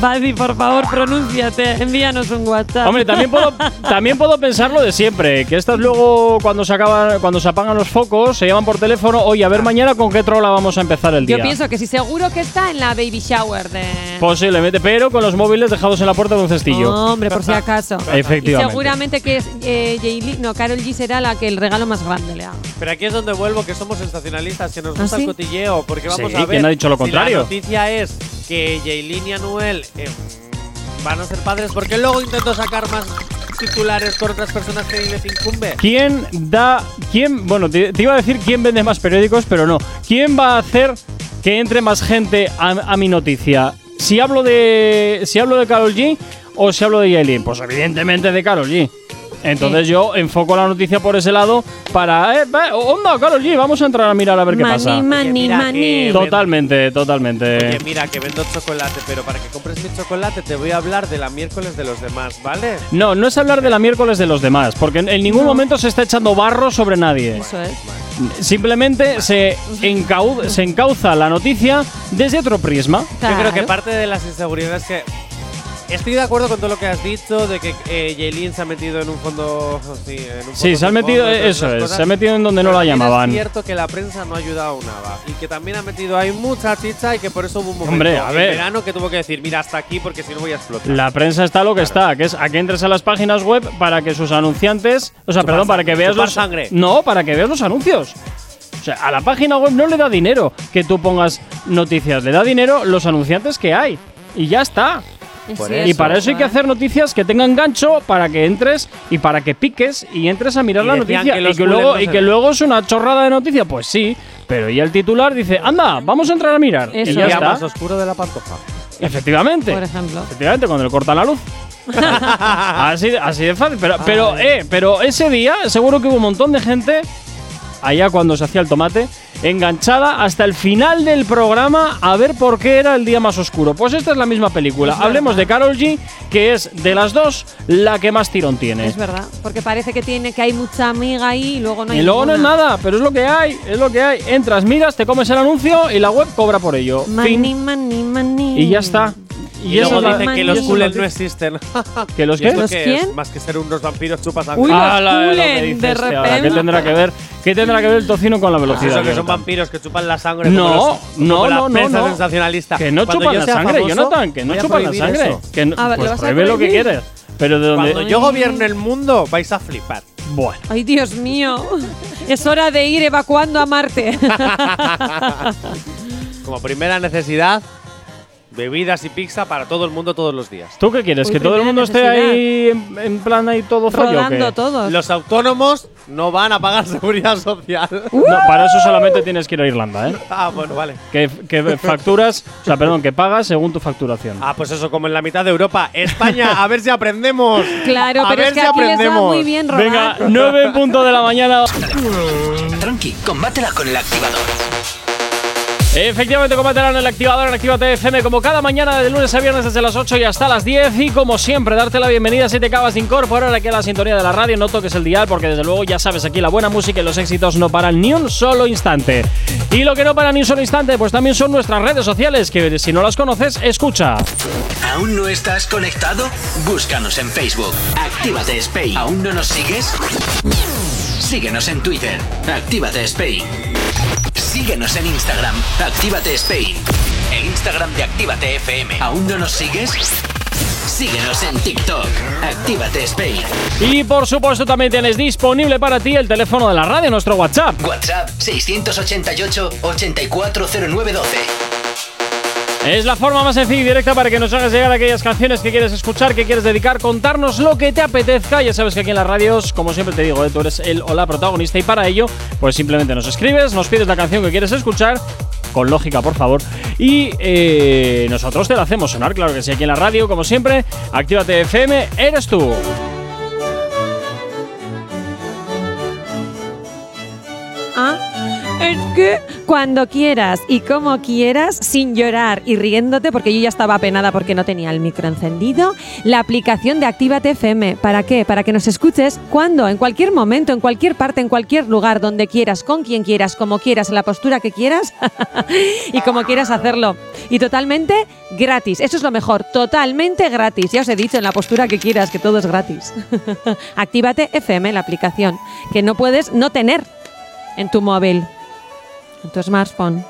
Speaker 3: Badi, por favor, pronúnciate. Envíanos un WhatsApp.
Speaker 2: Hombre, también
Speaker 3: [laughs]
Speaker 2: puedo, también puedo pensar lo de siempre, que estas luego cuando se acaban, cuando se apagan los focos, se llaman por teléfono, oye, a ver mañana con qué trola vamos a empezar el día.
Speaker 3: Ah. Yo pienso que sí, seguro que está en la baby shower de.
Speaker 2: Posiblemente, pero con los móviles dejados en la puerta de un cestillo. [laughs]
Speaker 3: Hombre, por si acaso. Y
Speaker 2: Efectivamente.
Speaker 3: seguramente que es eh, Yailin- no, Carol G será la que el regalo más grande le haga.
Speaker 4: Pero aquí es donde vuelvo, que somos sensacionalistas, que nos
Speaker 3: ¿Ah,
Speaker 4: gusta
Speaker 3: sí?
Speaker 4: el cotilleo, porque vamos
Speaker 2: Sí,
Speaker 4: a ver.
Speaker 2: ¿quién ha dicho lo
Speaker 4: si
Speaker 2: contrario?
Speaker 4: la noticia es que Yailin y Anuel eh, Van a ser padres porque luego intento sacar más titulares con otras personas que ni les incumbe.
Speaker 2: ¿Quién da. quién. Bueno, te, te iba a decir quién vende más periódicos, pero no. ¿Quién va a hacer que entre más gente a, a mi noticia? Si hablo de. Si hablo de Carol G o si hablo de Yailin. Pues evidentemente de Carol G. Entonces yo enfoco la noticia por ese lado para. Eh, va, onda, Carol G, vamos a entrar a mirar a ver qué
Speaker 3: Maní,
Speaker 2: pasa.
Speaker 3: maní,
Speaker 4: mira
Speaker 3: maní.
Speaker 4: que-
Speaker 2: Totalmente, totalmente.
Speaker 4: Oye, mira que vendo chocolate, pero para que compres mi chocolate te voy a hablar de la miércoles de los demás, ¿vale?
Speaker 2: No, no es hablar de la miércoles de los demás, porque en en ningún momento se está echando barro sobre nadie.
Speaker 3: Eso es.
Speaker 2: Simplemente se, encau- se encauza la noticia desde otro prisma.
Speaker 4: Yo creo que
Speaker 3: Claro.
Speaker 4: parte de las inseguridades que. Estoy de acuerdo con todo lo que has dicho, de que eh, Yailin se ha metido en un fondo. Sí, en un fondo
Speaker 2: Sí, se han
Speaker 4: sin
Speaker 2: metido, eh,
Speaker 4: fondo y todas
Speaker 2: eso
Speaker 4: esas
Speaker 2: es,
Speaker 4: cosas.
Speaker 2: se han metido en donde no
Speaker 4: Pero
Speaker 2: la
Speaker 4: también
Speaker 2: llamaban.
Speaker 4: Es cierto que la prensa no ha ayudado nada y que también ha metido ahí mucha chicha y que por eso hubo un momento
Speaker 2: Hombre, a
Speaker 4: en
Speaker 2: ver.
Speaker 4: verano que tuvo que decir, mira, hasta aquí porque si no voy a explotar.
Speaker 2: La prensa está lo que está, que es a que entres a las páginas web para que sus anunciantes, o sea,
Speaker 4: Chupar
Speaker 2: perdón, para que
Speaker 4: sangre,
Speaker 2: veas
Speaker 4: chupar
Speaker 2: los
Speaker 4: sangre.
Speaker 2: No, para que veas los anuncios. O sea, a la página web no le da dinero que tú pongas noticias, le da dinero los anunciantes que hay y ya está.
Speaker 4: Por
Speaker 3: Sí,
Speaker 4: eso.
Speaker 2: Y para eso hay que
Speaker 3: ¿eh?
Speaker 2: hacer noticias que tengan gancho para que entres y para que piques y entres a mirar
Speaker 4: Y
Speaker 2: la
Speaker 4: decían
Speaker 2: noticia
Speaker 4: que
Speaker 2: y
Speaker 4: los
Speaker 2: que, luego,
Speaker 4: culés no
Speaker 2: y
Speaker 4: se
Speaker 2: que
Speaker 4: ven.
Speaker 2: luego es una chorrada de noticia. Pues sí, pero y el titular dice, anda, vamos a entrar a mirar. Y
Speaker 3: Eso.
Speaker 4: El
Speaker 2: ya
Speaker 4: día
Speaker 3: está.
Speaker 4: más oscuro de la pantoja.
Speaker 2: Efectivamente.
Speaker 4: [laughs]
Speaker 3: Por ejemplo.
Speaker 2: Efectivamente, cuando le cortan la luz. [laughs] así, de- así de fácil. Pero, pero, eh, pero ese día seguro que hubo un montón de gente, allá cuando se hacía el tomate, enganchada hasta el final del programa a ver por qué era el día más oscuro. Pues esta es la misma película.
Speaker 3: Es
Speaker 2: Hablemos de Carol G, que es de las dos la que más tirón tiene.
Speaker 3: Es verdad, porque parece que tiene que hay mucha amiga ahí y luego no hay
Speaker 2: y luego no es
Speaker 3: ninguna.
Speaker 2: nada, pero es lo que hay, es lo que hay. Entras, miras, te comes el anuncio y la web cobra por ello.
Speaker 3: Money,
Speaker 2: Fin.
Speaker 3: money, money.
Speaker 2: Y ya está.
Speaker 4: Y,
Speaker 2: eso
Speaker 4: luego
Speaker 2: es la-
Speaker 4: dicen
Speaker 3: man,
Speaker 4: que
Speaker 2: y
Speaker 4: los
Speaker 2: eso es
Speaker 4: culés
Speaker 2: la-
Speaker 4: no existen.
Speaker 2: ¿Que los
Speaker 4: ¿Y esto
Speaker 2: qué?
Speaker 3: ¿Los
Speaker 4: qué
Speaker 3: quién?
Speaker 4: es? Más que ser unos vampiros chupas
Speaker 3: Uy,
Speaker 4: sangre.
Speaker 3: los
Speaker 2: Ah, la- lo que dice
Speaker 3: culen, de
Speaker 2: este ahora, ¿Qué
Speaker 3: repente.
Speaker 2: tendrá que ver? ¿Qué tendrá que ver el tocino con la
Speaker 4: Pues
Speaker 2: velocidad?
Speaker 4: eso que son
Speaker 2: Jonathan?
Speaker 4: vampiros que chupan la sangre.
Speaker 2: No,
Speaker 4: como los- como
Speaker 2: no,
Speaker 4: la
Speaker 2: no, no,
Speaker 4: prensa
Speaker 2: no.
Speaker 4: sensacionalista.
Speaker 2: Que no
Speaker 4: Cuando
Speaker 2: chupan
Speaker 4: yo
Speaker 2: la
Speaker 4: sea
Speaker 2: sangre,
Speaker 4: famoso,
Speaker 2: Jonathan, que no
Speaker 4: voy a
Speaker 2: chupan la
Speaker 4: prohibir
Speaker 2: sangre.
Speaker 4: eso.
Speaker 2: Que no-
Speaker 3: A ver, ¿lo
Speaker 2: pues
Speaker 3: vas a
Speaker 2: prohíbe lo que
Speaker 3: prohibir?
Speaker 2: quieres. Pero de
Speaker 4: Cuando
Speaker 2: donde. Mm.
Speaker 4: yo gobierne el mundo, vais a flipar.
Speaker 2: Bueno.
Speaker 3: Ay, Dios mío. es hora de ir evacuando
Speaker 2: [laughs]
Speaker 3: a Marte.
Speaker 4: Como primera necesidad, bebidas y pizza para todo el mundo todos los días.
Speaker 2: ¿Tú qué quieres?
Speaker 3: Uy,
Speaker 2: ¿Que todo el
Speaker 3: primera
Speaker 2: mundo esté
Speaker 3: necesidad.
Speaker 2: ahí en, en plan ahí todo fallo? o qué?
Speaker 3: Rodando todos.
Speaker 4: Los autónomos no van a pagar [laughs] seguridad social.
Speaker 2: No, para eso solamente tienes que ir a Irlanda, ¿eh?
Speaker 4: ah, bueno, vale.
Speaker 2: Que, que facturas, o sea, perdón, que pagas según tu facturación.
Speaker 4: Ah, pues eso, como en la mitad de Europa. España, a ver si aprendemos.
Speaker 3: Claro,
Speaker 4: a
Speaker 3: pero
Speaker 4: ver
Speaker 3: es que
Speaker 4: si
Speaker 3: aquí les va
Speaker 4: aprendemos.
Speaker 3: muy bien rodar.
Speaker 2: Venga, 9 en punto de la mañana.
Speaker 1: Tranqui, combátela con el activador.
Speaker 2: Efectivamente, combatirán el activador en Actívate FM como cada mañana de lunes a viernes desde las 8 y hasta las 10 y como siempre darte la bienvenida si te acabas de incorporar aquí a la sintonía de la radio, no toques el dial porque desde luego ya sabes aquí la buena música y los éxitos no paran ni un solo instante. Y lo que no para ni un solo instante pues también son nuestras redes sociales que si no las conoces, escucha.
Speaker 1: ¿Aún no estás conectado? Búscanos en Facebook. Actívate Spain. ¿Aún no nos sigues? Síguenos en Twitter. Actívate Spain. Síguenos en Instagram. Actívate Spain. El Instagram de Actívate FM. ¿Aún no nos sigues? Síguenos en TikTok. Actívate Spain.
Speaker 2: Y por supuesto también tienes disponible para ti el teléfono de la radio, nuestro WhatsApp.
Speaker 1: WhatsApp 688 840912.
Speaker 2: Es la forma más sencilla y directa para que nos hagas llegar aquellas canciones que quieres escuchar, que quieres dedicar, contarnos lo que te apetezca. Ya sabes que aquí en las radios, como siempre te digo, eh, tú eres el o la protagonista y para ello, pues simplemente nos escribes, nos pides la canción que quieres escuchar, con lógica, por favor, y eh, nosotros te la hacemos sonar, claro que sí, aquí en la radio, como siempre, Actívate FM, eres tú.
Speaker 3: Ah, es que cuando quieras y como quieras, sin llorar y riéndote, porque yo ya estaba apenada porque no tenía el micro encendido, la aplicación de Actívate FM. ¿Para qué? Para que nos escuches cuando, en cualquier momento, en cualquier parte, en cualquier lugar, donde quieras, con quien quieras, como quieras, en la postura que quieras [laughs] y como quieras hacerlo. Y totalmente gratis. Eso es lo mejor, totalmente gratis. Ya os he dicho, en la postura que quieras, que todo es gratis. [laughs] Actívate FM, la aplicación, que no puedes no tener en tu móvil, en tu smartphone.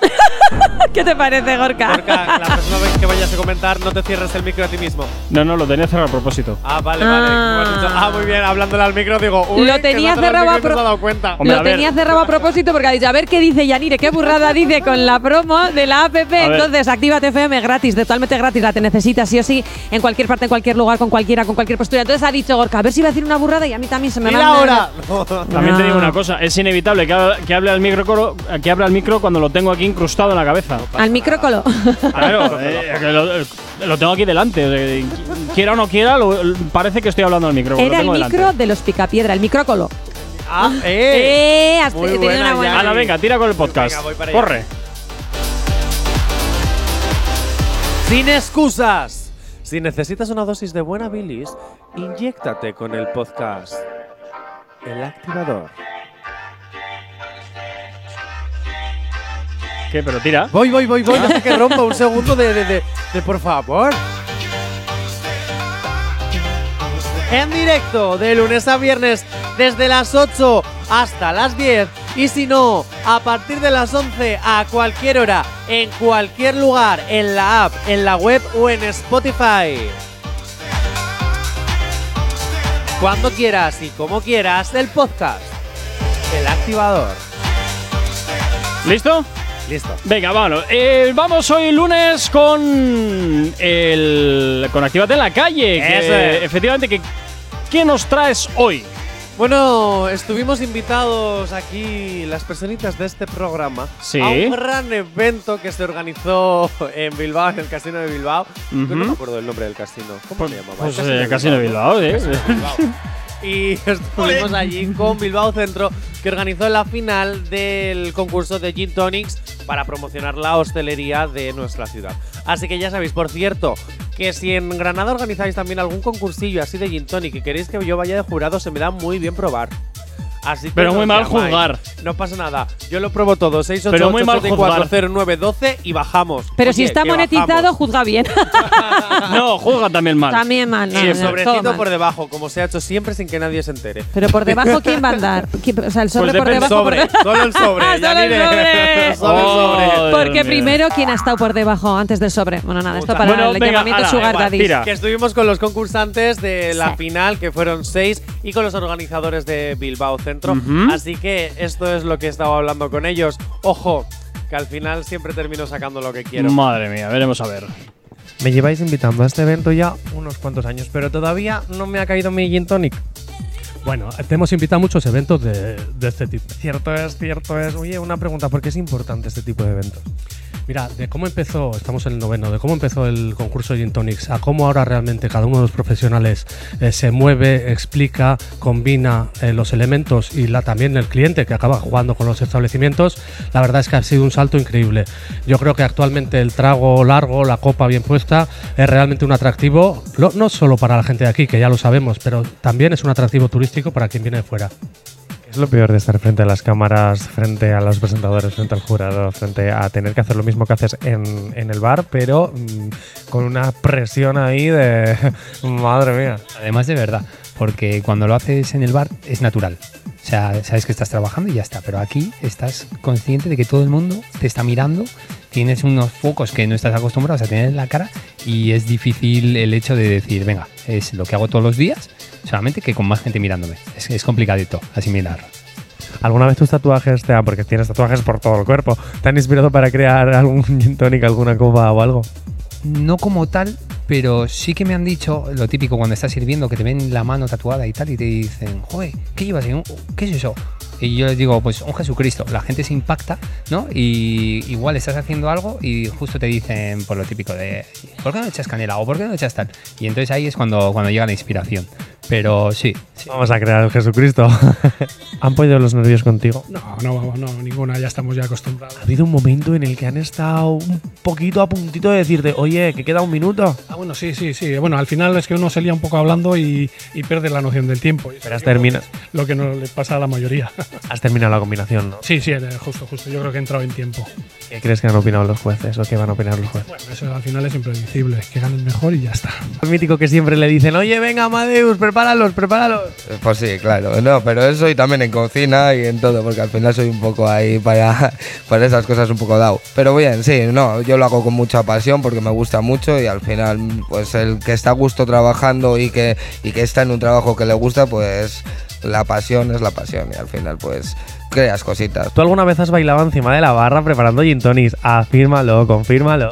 Speaker 3: [laughs] ¿Qué te parece, Gorka?
Speaker 4: Gorka, la próxima vez que vayas a comentar, no te cierres el micro a ti mismo.
Speaker 2: No, no, lo tenía cerrado a propósito.
Speaker 4: Ah, vale,
Speaker 3: Ah.
Speaker 4: vale. Como has dicho, ah, muy bien, hablándole al micro, digo, uy,
Speaker 3: Lo
Speaker 4: que
Speaker 3: tenía
Speaker 4: se ha cerrado
Speaker 3: cerrado a
Speaker 4: el micro y no
Speaker 3: pro-
Speaker 4: se ha dado cuenta.
Speaker 2: Hombre,
Speaker 3: lo
Speaker 2: a ver.
Speaker 3: tenía cerrado a propósito porque ha dicho, a ver qué dice Yanire, qué burrada dice con la promo de la app.
Speaker 2: ver.
Speaker 3: Entonces, Actívate FM gratis, totalmente gratis, la te necesitas sí o sí, en cualquier parte, en cualquier lugar, con cualquiera, con cualquier postura. Entonces ha dicho Gorka, a ver si va a decir una burrada y a mí también se me
Speaker 4: ¡Dila
Speaker 3: va a-
Speaker 4: ahora!
Speaker 2: También
Speaker 6: Ah.
Speaker 2: te digo
Speaker 3: No.
Speaker 2: una cosa, es inevitable que, ha- que hable al micro coro- que hable al micro cuando lo tengo aquí incrustado en la cabeza.
Speaker 3: Al micrócolo.
Speaker 2: Claro,
Speaker 4: [laughs]
Speaker 2: eh, que lo, lo tengo aquí delante. o sea, Quiera o no quiera, lo- parece que estoy hablando al micro. lo
Speaker 3: Era el
Speaker 2: tengo delante.
Speaker 3: micro de los picapiedra, el micrócolo.
Speaker 4: ¡Ah, eh!
Speaker 3: Eh, has
Speaker 4: muy
Speaker 3: tenido
Speaker 4: buena,
Speaker 3: una buena.
Speaker 4: Yanire.
Speaker 2: Ana, venga, tira con el podcast.
Speaker 4: Venga, voy para allá.
Speaker 2: Corre.
Speaker 4: Sin excusas. Si necesitas una dosis de buena bilis, inyéctate con el podcast. El activador.
Speaker 2: ¿Qué? Pero tira.
Speaker 4: Voy, voy, voy, voy. Deja que rompa un segundo de, de, de, de por favor. En directo de lunes a viernes desde las 8 hasta las 10 y si no, a partir de las 11 a cualquier hora, en cualquier lugar, en la app, en la web o en Spotify. Cuando quieras y como quieras, el podcast. El activador.
Speaker 2: ¿Listo?
Speaker 4: Listo.
Speaker 2: Venga, vamos. Eh, vamos hoy lunes con el con Actívate en la calle. que,
Speaker 4: Eso es.
Speaker 2: Efectivamente, que, ¿qué nos traes hoy?
Speaker 4: Bueno, estuvimos invitados aquí las personitas de este programa
Speaker 2: Sí.
Speaker 4: a un gran evento que se organizó en Bilbao, en el casino de Bilbao. Yo no
Speaker 2: Ujú.
Speaker 4: me acuerdo el nombre del casino. ¿Cómo se llamaba?
Speaker 2: Pues
Speaker 4: El casino
Speaker 2: eh, Casino
Speaker 4: de Bilbao.
Speaker 2: Bilbao, ¿eh?
Speaker 4: [laughs] Y estuvimos allí con Bilbao Centro, que organizó la final del concurso de Gin Tonics para promocionar la hostelería de nuestra ciudad. Así que ya sabéis, por cierto, que si en Granada organizáis también algún concursillo así de Gin Tonic y queréis que yo vaya de jurado, se me da muy bien probar. Así que
Speaker 2: Pero muy
Speaker 4: nos
Speaker 2: mal
Speaker 4: llamáis.
Speaker 2: juzgar.
Speaker 4: No pasa nada. Yo lo probo todo. 688
Speaker 2: Pero muy mal juzgar.
Speaker 4: 0912 y bajamos.
Speaker 3: Pero si
Speaker 4: Oye,
Speaker 3: está
Speaker 4: que bajamos.
Speaker 3: monetizado, juzga bien.
Speaker 2: no, juega también mal.
Speaker 3: También mal. no,
Speaker 4: Y el
Speaker 3: no, no, todo
Speaker 4: sobrecito
Speaker 3: mal.
Speaker 4: por debajo, como se ha hecho siempre sin que nadie se entere.
Speaker 3: Pero por debajo, ¿quién va a andar? ¿Quién- O sea, el sobre por
Speaker 2: depende.
Speaker 3: debajo. por
Speaker 4: sobre, solo el
Speaker 3: [laughs]
Speaker 4: sobre.
Speaker 3: Solo el
Speaker 4: Yanire.
Speaker 3: sobre.
Speaker 4: Solo el sobre.
Speaker 2: Oh, Dios
Speaker 3: Porque
Speaker 2: mío.
Speaker 3: primero, ¿quién ha estado por debajo antes del sobre? Bueno, nada, esto
Speaker 4: Puta.
Speaker 3: para
Speaker 2: Bueno,
Speaker 3: el
Speaker 2: venga,
Speaker 3: llamamiento
Speaker 2: ala,
Speaker 3: Sugar
Speaker 2: igual,
Speaker 3: Daddy. [laughs]
Speaker 2: tira.
Speaker 4: Que estuvimos con los concursantes de la
Speaker 3: Sí.
Speaker 4: final, que fueron seis, y con los organizadores de Bilbao Centro. Así que esto es lo que he estado hablando con ellos. Ojo, que al final siempre termino sacando lo que quiero.
Speaker 2: Madre mía, veremos a ver.
Speaker 7: Me lleváis invitando a este evento ya unos cuantos años, pero todavía no me ha caído mi gin tonic. Bueno, te hemos invitado a muchos eventos de, de este tipo. Cierto es, cierto es. Oye, una pregunta, ¿por qué es importante este tipo de eventos? Mira, de cómo empezó, estamos en el noveno, de cómo empezó el concurso de Gin Tonics a cómo ahora realmente cada uno de los profesionales eh, se mueve, explica, combina eh, los elementos y la, también el cliente que acaba jugando con los establecimientos, la verdad es que ha sido un salto increíble. Yo creo que actualmente el trago largo, la copa bien puesta, es realmente un atractivo, lo- no solo para la gente de aquí, que ya lo sabemos, pero también es un atractivo turístico para quien viene de fuera.
Speaker 8: Es lo peor de estar frente a las cámaras, frente a los presentadores, frente al jurado, frente a tener que hacer lo mismo que haces en, en el bar, pero mm, con una presión [laughs] ahí de... [laughs] Madre mía.
Speaker 9: Además de verdad, porque cuando lo haces en el bar es natural. O sea, sabes que estás trabajando y ya está, pero aquí estás consciente de que todo el mundo te está mirando, tienes unos focos que no estás acostumbrado a tener en la cara y es difícil el hecho de decir, venga, es lo que hago todos los días, solamente que con más gente mirándome. Es, es complicadito asimilarlo.
Speaker 8: ¿Alguna vez tus tatuajes, te, ah, porque tienes tatuajes por todo el cuerpo, te han inspirado para crear algún gin tonic, alguna copa o algo?
Speaker 9: No como tal, pero sí que me han dicho lo típico cuando estás sirviendo, que te ven la mano tatuada y tal, y te dicen, joder, ¿qué llevas? ahí? ¿Qué es eso? Y yo les digo, pues un Jesucristo. La gente se impacta, ¿no? Y igual estás haciendo algo y justo te dicen por lo típico de, ¿por qué no echas canela? ¿O por qué no echas tal? Y entonces ahí es cuando, cuando llega la inspiración. Pero sí, sí.
Speaker 8: Vamos a crear el Jesucristo. [laughs] ¿Han podido los nervios contigo?
Speaker 7: No, Ah, no, vamos, no, ninguna, ya estamos ya acostumbrados.
Speaker 8: Ha habido un momento en el que han estado un poquito a puntito de decirte, oye, que queda un minuto.
Speaker 7: Ah, bueno, sí, sí, sí. Bueno, al final es que uno se lía un poco hablando y, y pierde la noción del tiempo. Y eso
Speaker 8: Pero has,
Speaker 7: yo creo
Speaker 8: termina-
Speaker 7: que es Lo que no le pasa a
Speaker 8: [laughs]
Speaker 7: la mayoría.
Speaker 8: has terminado la combinación, ¿no?
Speaker 7: sí, sí, eh, justo, justo. Yo creo que he entrado en tiempo.
Speaker 8: ¿Qué crees que han opinado los jueces o qué van a opinar los jueces?
Speaker 7: Bueno, eso al final es impredecible. Que gane el mejor y ya está.
Speaker 8: El mítico que siempre le dicen, oye, venga, Amadeus, prepara
Speaker 9: prepáralos, prepáralos.
Speaker 10: Eh, Pues sí, claro. No, pero eso y también en cocina y en todo, porque al final soy un poco ahí para, [laughs] para esas cosas un poco dado. Pero bien, sí, no, yo lo hago con mucha pasión porque me gusta mucho y al final, pues el que está a gusto trabajando y que, y que está en un trabajo que le gusta, pues la pasión es la pasión y al final, pues creas cositas.
Speaker 8: ¿Tú alguna vez has bailado encima de la barra preparando gin tonics? Afírmalo, confírmalo.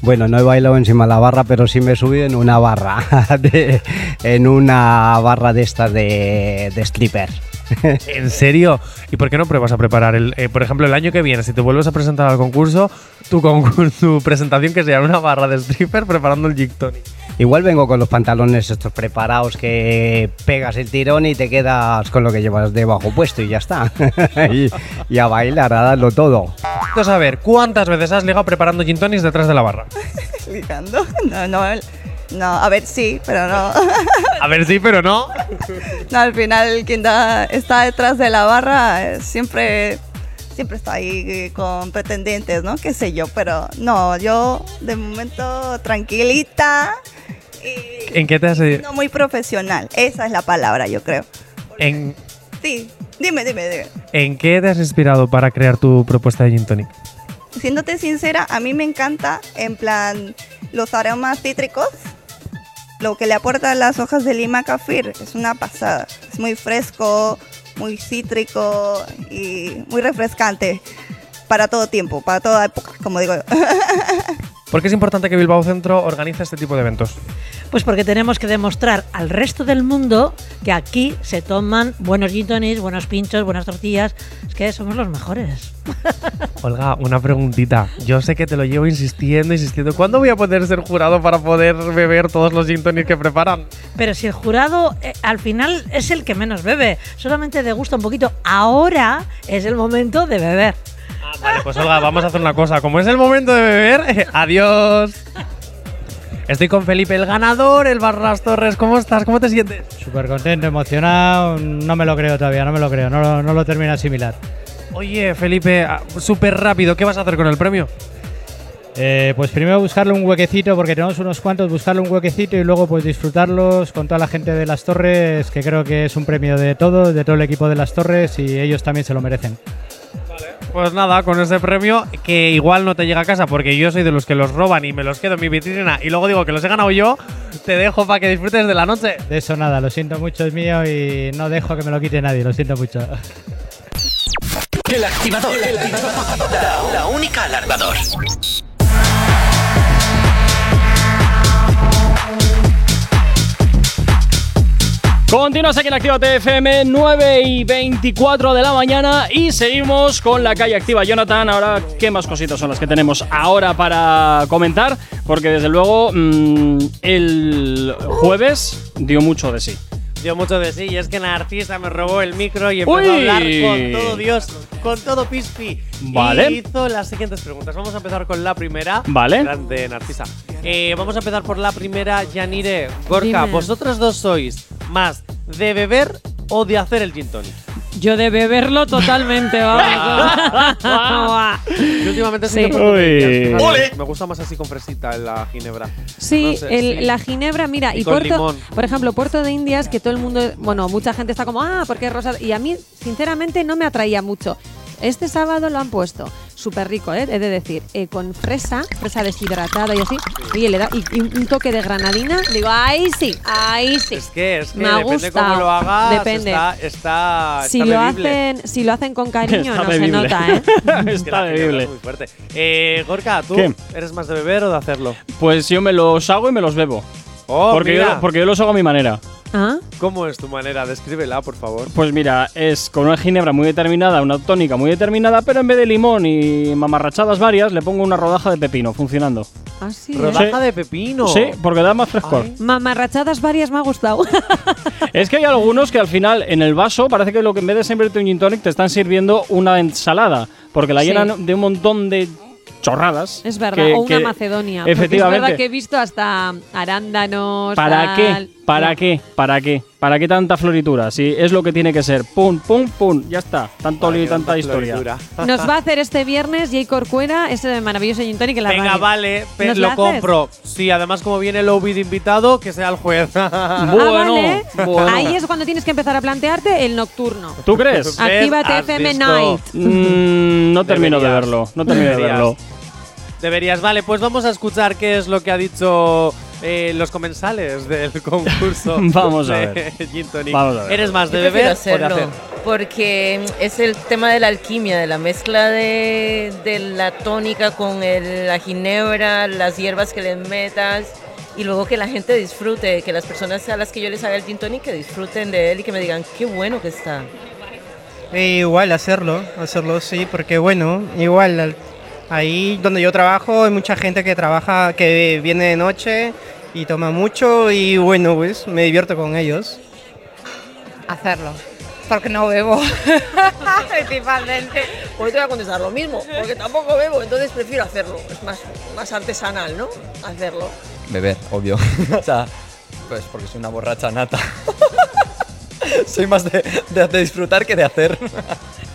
Speaker 11: Bueno, no he bailado encima de la barra, pero sí me he subido en una barra, [laughs] de- en una barra de estas de, de stripper. [laughs]
Speaker 8: ¿En serio? ¿Y por qué no pruebas a preparar? El, eh, por ejemplo, el año que viene, si te vuelves a presentar al concurso, tu, concur- [laughs] tu presentación que sea una barra de stripper preparando el gin tonic.
Speaker 11: Igual vengo con los pantalones estos preparados que pegas el tirón y te quedas con lo que llevas debajo puesto y ya está. [laughs] y, y a bailar, a darlo todo.
Speaker 8: Entonces, a ver, ¿cuántas veces has ligado preparando gin tonics detrás de la barra?
Speaker 12: [laughs] Ligando. No, no, el- no, a ver, sí, pero no. [laughs]
Speaker 8: A ver, sí, pero no.
Speaker 12: No, al final, quien da- está detrás de la barra eh, siempre, siempre está ahí eh, con pretendientes, ¿no? Qué sé yo, pero no, yo de momento tranquilita y
Speaker 8: ¿En qué te has... eh,
Speaker 12: no muy profesional. Esa es la palabra, yo creo.
Speaker 8: En,
Speaker 12: Sí, dime, dime, dime.
Speaker 8: ¿En qué te has inspirado para crear tu propuesta de gin tonic?
Speaker 12: Siéndote sincera, a mí me encanta, en plan, los aromas cítricos. Lo que le aportan las hojas de lima kafir es una pasada. Es muy fresco, muy cítrico y muy refrescante para todo tiempo, para toda época, como digo yo. [laughs]
Speaker 8: ¿Por qué es importante que Bilbao Centro organice este tipo de eventos?
Speaker 13: Pues porque tenemos que demostrar al resto del mundo que aquí se toman buenos gin tonics, buenos pinchos, buenas tortillas. Es que somos los mejores. [laughs]
Speaker 8: Olga, una preguntita. Yo sé que te lo llevo insistiendo, insistiendo. ¿Cuándo voy a poder ser jurado para poder beber todos los gin tonic que preparan?
Speaker 13: Pero si el jurado eh, al final es el que menos bebe, solamente degusta un poquito. Ahora es el momento de beber.
Speaker 8: Vale, pues Olga, vamos a hacer una cosa. Como es el momento de beber, eh, adiós. Estoy con Felipe, el ganador, el Barras Torres. ¿Cómo estás? ¿Cómo te sientes?
Speaker 14: Súper contento, emocionado. No me lo creo todavía, no me lo creo. No, lo- no lo termino de asimilar.
Speaker 8: Oye, Felipe, ah, súper rápido. ¿Qué vas a hacer con el premio?
Speaker 14: Eh, pues primero buscarle un huequecito, porque tenemos unos cuantos, buscarle un huequecito y luego pues disfrutarlos con toda la gente de Las Torres, que creo que es un premio de todos, de todo el equipo de Las Torres y ellos también se lo merecen.
Speaker 8: Pues nada, con ese premio que igual no te llega a casa porque yo soy de los que los roban y me los quedo en mi vitrina y luego digo que los he ganado yo, te dejo para que disfrutes de la noche.
Speaker 14: De eso nada, lo siento mucho, es mío y no dejo que me lo quite nadie, lo siento mucho.
Speaker 1: El activador. La, la única alarmador.
Speaker 2: Continúas aquí en Activa TFM, 9 y 24 de la mañana y seguimos con la calle activa. Jonathan, ahora, ¿qué más cositas son las que tenemos ahora para comentar? Porque desde luego mm, el jueves dio mucho de sí.
Speaker 4: Dio mucho de sí, y es que la artista me robó el micro y empezó
Speaker 2: Uy.
Speaker 4: a hablar con todo Dios, con todo Pispi.
Speaker 2: Vale.
Speaker 4: Y hizo las siguientes preguntas. Vamos a empezar con la primera.
Speaker 2: Vale.
Speaker 4: Grande Narcisa. Eh, vamos a empezar por la primera, Yanire. Gorka,
Speaker 3: Dime.
Speaker 4: vosotras dos sois más de beber o de hacer el gin tonic.
Speaker 3: Yo de beberlo totalmente, vamos.
Speaker 4: [laughs]
Speaker 3: [laughs] Buah.
Speaker 4: Yo últimamente
Speaker 3: Sí.
Speaker 4: soy un poco de
Speaker 2: Uy.
Speaker 4: ellas, fíjate.
Speaker 10: Ole.
Speaker 4: Me gusta más así con fresita en la ginebra.
Speaker 3: Sí,
Speaker 4: No sé,
Speaker 3: el-
Speaker 4: sí.
Speaker 3: la ginebra, mira,
Speaker 4: Y
Speaker 3: y,
Speaker 4: con
Speaker 3: Puerto,
Speaker 4: limón.
Speaker 3: por ejemplo, Puerto de Indias, que todo el mundo, bueno, mucha gente está como, ah, porque es rosa, y a mí, sinceramente, no me atraía mucho. Este sábado lo han puesto, súper rico, ¿eh? he de decir, eh, con fresa, fresa deshidratada y así, oye, le da, y, y un toque de granadina, digo, ahí sí, ahí sí.
Speaker 4: Es que, es que
Speaker 3: Me ha
Speaker 4: depende cómo
Speaker 3: gustado.
Speaker 4: lo hagas.
Speaker 3: Depende.
Speaker 4: Está, está,
Speaker 3: si,
Speaker 4: está
Speaker 3: lo
Speaker 4: bebible.
Speaker 3: hacen, si lo hacen con
Speaker 2: [laughs]
Speaker 3: cariño,
Speaker 2: Ah, Está
Speaker 3: no
Speaker 2: bebible.
Speaker 3: se
Speaker 2: [laughs]
Speaker 3: nota, ¿eh?
Speaker 4: Es que la
Speaker 2: Está
Speaker 4: ginebra
Speaker 2: bebible.
Speaker 4: es muy fuerte. Eh, Gorka, ¿tú
Speaker 2: ¿Qué?
Speaker 4: eres más de beber o de hacerlo?
Speaker 2: Pues yo me los hago y me los bebo.
Speaker 4: Oh,
Speaker 2: porque,
Speaker 4: mira.
Speaker 2: yo, porque yo los hago a mi manera.
Speaker 3: ¿Ah?
Speaker 4: ¿Cómo es tu manera? Descríbela, por favor.
Speaker 2: Pues mira, es con una ginebra muy determinada, una tónica muy determinada, pero en vez de limón y mamarrachadas varias, le pongo una rodaja de pepino funcionando.
Speaker 3: Así, ¿eh?
Speaker 4: Rodaja de pepino.
Speaker 2: Sí, porque da más frescor.
Speaker 3: Mamarrachadas varias me ha gustado. [laughs]
Speaker 2: Es que hay algunos que al final en el vaso parece que lo que en vez de servirte un gin tonic te están sirviendo una ensalada, porque la
Speaker 3: Sí.
Speaker 2: llenan de un montón de chorradas.
Speaker 3: Es verdad,
Speaker 2: que-
Speaker 3: o una
Speaker 2: que-
Speaker 3: Macedonia. porque Es
Speaker 2: Efectivamente.
Speaker 3: verdad que he visto hasta arándanos.
Speaker 2: ¿Para
Speaker 3: tal.
Speaker 2: qué? ¿Para qué? ¿Para qué? ¿Para qué tanta floritura? Si es lo que tiene que ser. Pum, pum, pum. Ya está. Tanto lío y tanta historia.
Speaker 3: Nos va a hacer este viernes Jay Corcuera ese maravilloso gin tonic en la
Speaker 4: Venga,
Speaker 3: radio.
Speaker 4: vale, pe-
Speaker 3: ¿Nos
Speaker 4: lo
Speaker 3: la haces?
Speaker 4: compro. Sí, además, como viene el Ovid invitado, que sea el juez. [laughs]
Speaker 3: Ah, vale. Ahí es cuando tienes que empezar a plantearte el nocturno.
Speaker 2: ¿Tú crees?
Speaker 3: Actívate
Speaker 4: Has
Speaker 3: FM
Speaker 4: visto.
Speaker 3: Night.
Speaker 2: Mm, no termino de verlo. No termino de
Speaker 4: Deberías.
Speaker 2: verlo.
Speaker 4: Deberías, vale, pues vamos a escuchar qué es lo que ha dicho eh, los comensales del [laughs] concurso.
Speaker 2: [laughs] Vamos a
Speaker 4: de
Speaker 2: ver.
Speaker 4: [laughs] Gin Tonic.
Speaker 2: Vamos a ver.
Speaker 4: ¿Eres más de
Speaker 15: Yo prefiero
Speaker 4: beber o de
Speaker 15: hacerlo,
Speaker 4: hacer?
Speaker 15: Porque es el tema de la alquimia, de la mezcla de, de la tónica con el- la ginebra, las hierbas que le metas y luego que la gente disfrute, que las personas a las que yo les haga el gin tonic que disfruten de él y que me digan qué bueno que está.
Speaker 6: Eh, igual hacerlo, hacerlo sí, porque bueno, igual al- ahí donde yo trabajo hay mucha gente que trabaja, que viene de noche y toma mucho y bueno, pues me divierto con ellos.
Speaker 16: Hacerlo. Porque no bebo. [laughs]
Speaker 15: Principalmente, hoy te voy a contestar lo mismo, porque tampoco bebo, entonces prefiero hacerlo, es más, más artesanal, ¿no? Hacerlo.
Speaker 17: Beber, obvio. [laughs] o sea, pues porque soy una borracha nata. [laughs] soy más de, de- de disfrutar que de hacer. [laughs]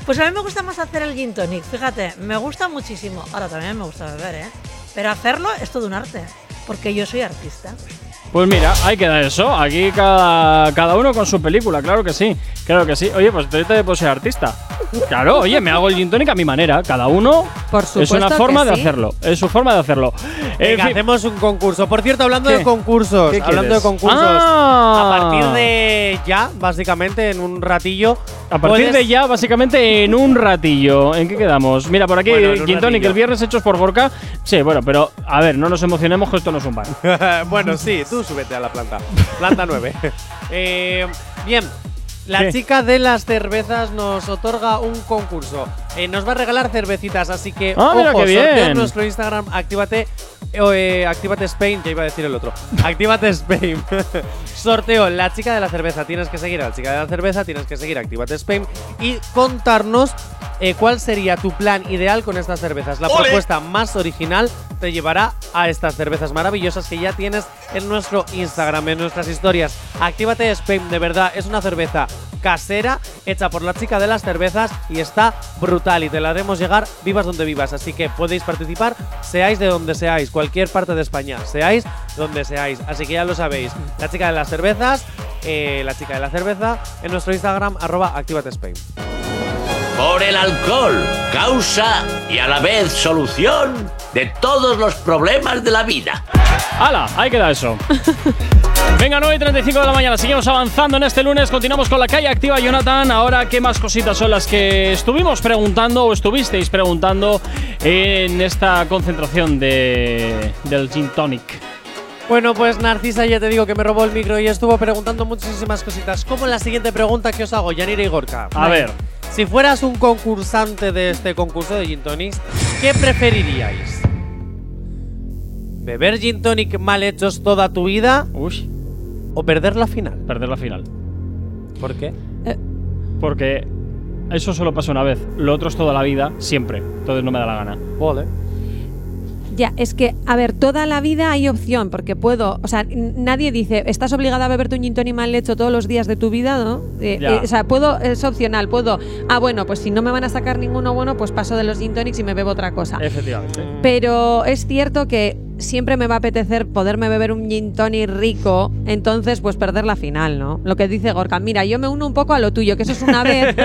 Speaker 13: Pues a mí me gusta más hacer el gin tonic, fíjate, me gusta muchísimo. Ahora también me gusta beber, ¿eh? Pero hacerlo es todo un arte, porque yo soy artista.
Speaker 2: Pues mira, ahí queda eso. Aquí cada, cada uno con su película, claro que sí. Claro que sí. Oye, pues tú te puedes ser artista. Claro, oye, me hago el gin tonic a mi manera. Cada uno es
Speaker 4: supuesto
Speaker 2: una forma
Speaker 4: que
Speaker 2: de
Speaker 4: sí.
Speaker 2: hacerlo. Es su forma de hacerlo. En
Speaker 4: Venga,
Speaker 2: fin.
Speaker 4: hacemos un concurso. Por cierto, hablando
Speaker 2: ¿Qué?
Speaker 4: de concursos,
Speaker 2: ¿Qué
Speaker 4: hablando
Speaker 2: quieres?
Speaker 4: de concursos,
Speaker 2: Ah.
Speaker 4: a partir de ya, básicamente, en un ratillo,
Speaker 2: A partir de ya, básicamente en un ratillo. ¿En qué quedamos? Mira, por aquí,
Speaker 4: Bueno, en un
Speaker 2: Gin Tonic,
Speaker 4: ratillo.
Speaker 2: el viernes hechos por Gorka. Sí, bueno, pero a ver, no nos emocionemos que esto no es un bar.
Speaker 4: Ah, [laughs] bueno, sí, tú súbete a la planta. Planta
Speaker 2: [laughs]
Speaker 4: 9. Eh, bien, la
Speaker 2: ¿Qué?
Speaker 4: chica de las cervezas nos otorga un concurso. Eh, nos va a regalar cervecitas, así que
Speaker 2: Ah,
Speaker 4: ojo,
Speaker 2: mira qué bien.
Speaker 4: sorteo en nuestro Instagram, actívate. eh, o, eh, actívate Spain, ya iba a decir el
Speaker 2: [laughs]
Speaker 4: otro. Actívate Spain. [laughs] Sorteo, la chica de la cerveza. Tienes que seguir a la chica de la cerveza, tienes que seguir Actívate Spain y contarnos eh, cuál sería tu plan ideal con estas cervezas. La
Speaker 2: ¡Ole!
Speaker 4: propuesta más original te llevará a estas cervezas maravillosas que ya tienes en nuestro Instagram, en nuestras historias. Actívate Spain, de verdad, es una cerveza casera, hecha por la chica de las cervezas y está brutal y te la haremos llegar vivas donde vivas. Así que podéis participar, seáis de donde seáis, cualquier parte de España, seáis donde seáis. Así que ya lo sabéis, la chica de las cervezas, eh, la chica de la cerveza, en nuestro Instagram, arroba Actívate Spain.
Speaker 18: Por el alcohol, causa y a la vez solución de todos los problemas de la vida.
Speaker 2: ¡Hala! Ahí queda eso. Venga, 9 y 35 de la mañana. Seguimos avanzando en este lunes. Continuamos con la calle activa, Jonathan. Ahora, ¿qué más cositas son las que estuvimos preguntando o estuvisteis preguntando en esta concentración de, del Gin Tonic?
Speaker 4: Bueno, pues Narcisa ya te digo que me robó el micro y estuvo preguntando muchísimas cositas. Como la siguiente pregunta que os hago, Yanira y Gorka.
Speaker 2: A ver.
Speaker 4: Si fueras un concursante de este concurso de Gin Tonics, ¿qué preferiríais? ¿Beber Gin Tonic mal hechos toda tu vida? ¿O perder la final?
Speaker 2: Perder
Speaker 4: [laughs]
Speaker 2: la final.
Speaker 4: ¿Por qué?
Speaker 3: Eh.
Speaker 2: Porque eso solo pasa una vez. Lo otro es toda la vida, siempre. Entonces no me da la gana.
Speaker 4: Vale.
Speaker 3: Ya, es que, a ver, toda la vida hay opción, porque puedo, o sea, n- nadie dice, estás obligada a beberte un gin tonic mal hecho todos los días de tu vida, ¿no? Eh,
Speaker 5: Ya.
Speaker 3: eh, o sea, puedo, es opcional, puedo, ah, bueno, pues si no me van a sacar ninguno bueno, pues paso de los gin tonics y me bebo otra cosa.
Speaker 2: Efectivamente.
Speaker 3: Pero es cierto que siempre me va a apetecer poderme beber un gin tonic rico, entonces pues perder la final, ¿no? Lo que dice Gorka, mira, yo me uno un poco a lo tuyo, que eso es
Speaker 2: [laughs]
Speaker 3: una vez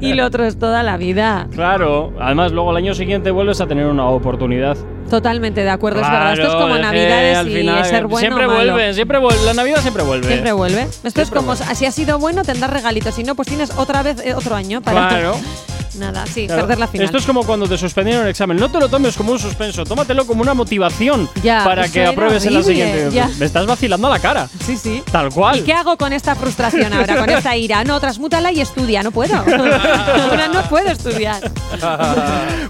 Speaker 3: [laughs] y lo otro es toda la vida.
Speaker 2: Claro, además luego el año siguiente vuelves a tener una oportunidad.
Speaker 3: Totalmente de acuerdo, es verdad. Esto es
Speaker 2: Claro,
Speaker 3: pues, como
Speaker 2: es que
Speaker 3: Navidades
Speaker 2: al
Speaker 3: y
Speaker 2: final
Speaker 3: ser bueno
Speaker 2: Siempre
Speaker 3: o malo.
Speaker 2: vuelve, siempre vuelve. La Navidad siempre vuelve.
Speaker 3: Siempre vuelve. Esto es como si has sido bueno tendrás regalitos, si no pues tienes otra vez eh, otro año para
Speaker 2: Claro.
Speaker 3: nada, sí,
Speaker 2: Claro.
Speaker 3: perder la final.
Speaker 2: Esto es como cuando te suspendieron el examen. No te lo tomes como un suspenso, tómatelo como una motivación
Speaker 3: Ya,
Speaker 2: para
Speaker 3: eso
Speaker 2: que
Speaker 3: era
Speaker 2: apruebes en la
Speaker 3: horrible,
Speaker 2: siguiente.
Speaker 3: ya.
Speaker 2: Me estás vacilando a la cara.
Speaker 3: Sí, sí.
Speaker 2: Tal cual.
Speaker 3: ¿Y qué hago con esta frustración ahora, con esta ira? No, transmútala y estudia, no puedo. [laughs] Ahora no puedo estudiar.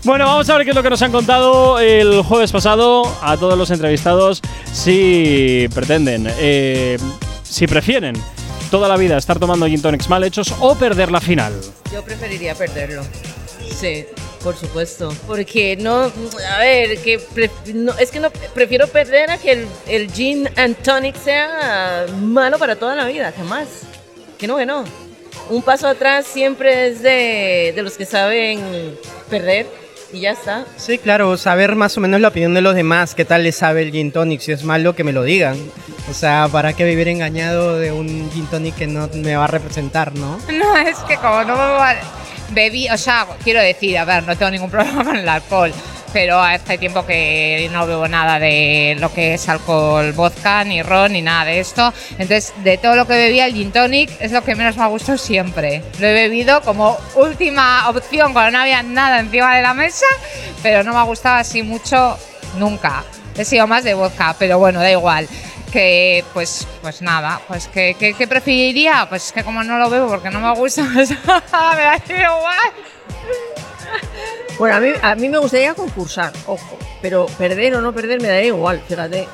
Speaker 2: Bueno, vamos a ver qué es lo que nos han contado el jueves pasado a todos los entrevistados. Si pretenden, eh, si prefieren toda la vida estar tomando gin tonics mal hechos o perder la final.
Speaker 15: Yo preferiría perderlo. Sí, Por supuesto. Porque no, a ver, que pre- no, es que no prefiero perder a que el, el gin and tonic sea malo para toda la vida, jamás. Que no, que no. Un paso atrás siempre es de, de los que saben perder y ya está.
Speaker 6: Sí, claro, saber más o menos la opinión de los demás, qué tal les sabe el gin tonic, si es malo que me lo digan. O sea, ¿para qué vivir engañado de un gin tonic que no me va a representar, no?
Speaker 16: No, es que como no me bebí, o sea, quiero decir, a ver, no tengo ningún [laughs] problema con el alcohol, pero hace tiempo que no bebo nada de lo que es alcohol, vodka, ni ron, ni nada de esto. Entonces, de todo lo que bebía, el gin tonic es lo que menos me ha gustado siempre. Lo he bebido como última opción cuando no había nada encima de la mesa, pero no me ha gustado así mucho nunca. He sido más de vodka, pero bueno, da igual que pues pues nada pues que, que, que preferiría pues es que como no lo veo porque no me gusta [laughs] pues, me da igual
Speaker 5: Bueno, a mí, a mí me gustaría concursar, ojo, pero perder o no perder me daría igual, fíjate.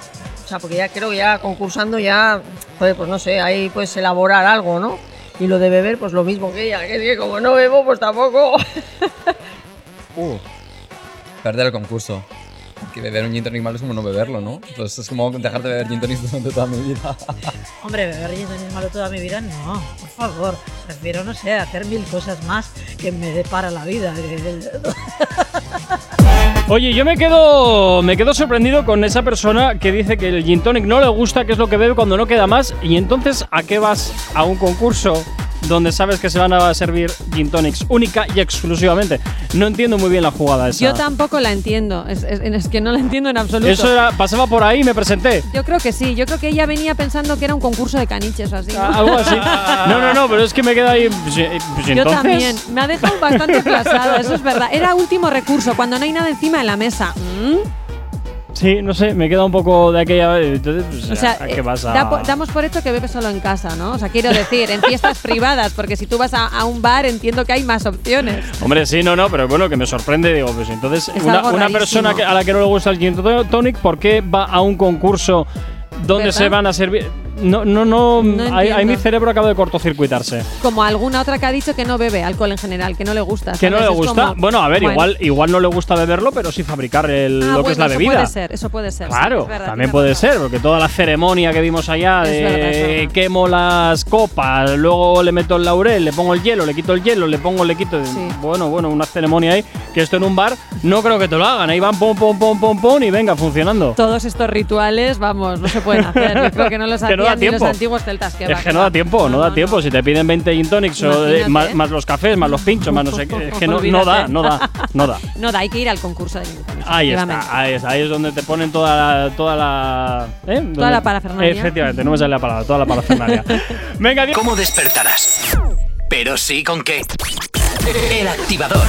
Speaker 5: O sea, porque ya creo que ya concursando ya, joder, pues no sé, ahí puedes elaborar algo, ¿no? Y lo de beber, pues lo mismo que ella, que es que como no bebo, pues tampoco.
Speaker 17: Uh, perder el concurso. Que beber un gin tonic malo es como no beberlo, ¿no? Entonces es como dejar de beber gin tonic [laughs] durante toda mi vida.
Speaker 13: Hombre, beber gin tonic malo toda mi vida, no, por favor. Prefiero, no sé, hacer mil cosas más que me depara la vida.
Speaker 2: Oye, yo me quedo, me quedo sorprendido con esa persona que dice que el gin tonic no le gusta, que es lo que bebe cuando no queda más. Y entonces, ¿a qué vas a un concurso donde sabes que se van a servir gin tonics única y exclusivamente? No entiendo muy bien la jugada esa.
Speaker 3: Yo tampoco la entiendo, es, es- es que no la entiendo en absoluto.
Speaker 2: Eso era, pasaba por ahí y me presenté.
Speaker 3: Yo creo que sí, yo creo que ella venía pensando que era un concurso de caniches o así. ¿no?
Speaker 2: Algo así. No, no, no, pero es que me queda ahí. pues, eh, pues,
Speaker 3: [laughs] Yo
Speaker 2: entonces-
Speaker 3: también. Me ha dejado bastante plasada, eso es verdad. Era último recurso, cuando no hay nada encima de la mesa. ¿Mm?
Speaker 2: Sí, no sé, me queda un poco de aquella. Entonces, pues,
Speaker 3: O sea,
Speaker 2: ¿a
Speaker 3: eh,
Speaker 2: qué vas a-
Speaker 3: da po- damos por hecho que bebes solo en casa, ¿no? O sea, quiero decir,
Speaker 2: [laughs]
Speaker 3: en fiestas privadas, porque si tú vas a, a un bar entiendo que hay más opciones.
Speaker 2: Hombre, sí, no, no, pero bueno, que me sorprende. Digo, pues entonces,
Speaker 3: Es
Speaker 2: una,
Speaker 3: algo
Speaker 2: una
Speaker 3: rarísimo.
Speaker 2: persona que- a la que no le gusta el gin to- tonic, ¿por qué va a un concurso donde
Speaker 3: ¿Verdad?
Speaker 2: se van a servir? No, no, no.
Speaker 3: No
Speaker 2: ahí, ahí
Speaker 3: entiendo.
Speaker 2: mi cerebro acaba de cortocircuitarse.
Speaker 3: Como alguna otra que ha dicho que no bebe alcohol en general, que no le gusta.
Speaker 2: Que no le
Speaker 3: ¿sabes? Es
Speaker 2: gusta.
Speaker 3: como-
Speaker 2: Bueno, a ver,
Speaker 3: Bueno.
Speaker 2: igual, igual no le gusta beberlo, pero sí fabricar el-
Speaker 3: Ah,
Speaker 2: lo
Speaker 3: bueno,
Speaker 2: que es la
Speaker 3: eso
Speaker 2: bebida.
Speaker 3: puede ser, eso puede ser. sí,
Speaker 2: Claro,
Speaker 3: es verdad,
Speaker 2: también puede ser, porque toda la ceremonia que vimos allá
Speaker 3: Es
Speaker 2: de
Speaker 3: verdad, es verdad.
Speaker 2: quemo las copas, luego le meto el laurel, le pongo el hielo, le quito el hielo, le pongo, le quito. Bueno, bueno, una ceremonia ahí, que esto en un bar no creo que te lo hagan. Ahí van pom, pom, pom, pom, pom y venga, funcionando.
Speaker 3: Todos estos rituales, vamos, no se pueden hacer.
Speaker 2: [laughs]
Speaker 3: Yo creo que no los
Speaker 2: Que no da
Speaker 3: hacían ni los
Speaker 2: tiempo.
Speaker 3: antiguos celtas. Que
Speaker 2: es
Speaker 3: va,
Speaker 2: que no da tiempo, no da tiempo. Si te piden 20 gin tonics, o, eh,
Speaker 3: Imagínate.
Speaker 2: más, más los cafés, más los pinchos, más no sé qué. Es que no, no da,
Speaker 3: Olvídate.
Speaker 2: no da, no da.
Speaker 3: No da, hay que ir al concurso de Nintendo.
Speaker 2: Ahí está, ahí está, ahí es donde te ponen toda la. Toda la, ¿eh? Donde-
Speaker 3: la parafernalia.
Speaker 2: Efectivamente, no me sale la palabra, toda la parafernalia. Venga,
Speaker 1: ¿Cómo despertarás? Pero sí con qué. El activador.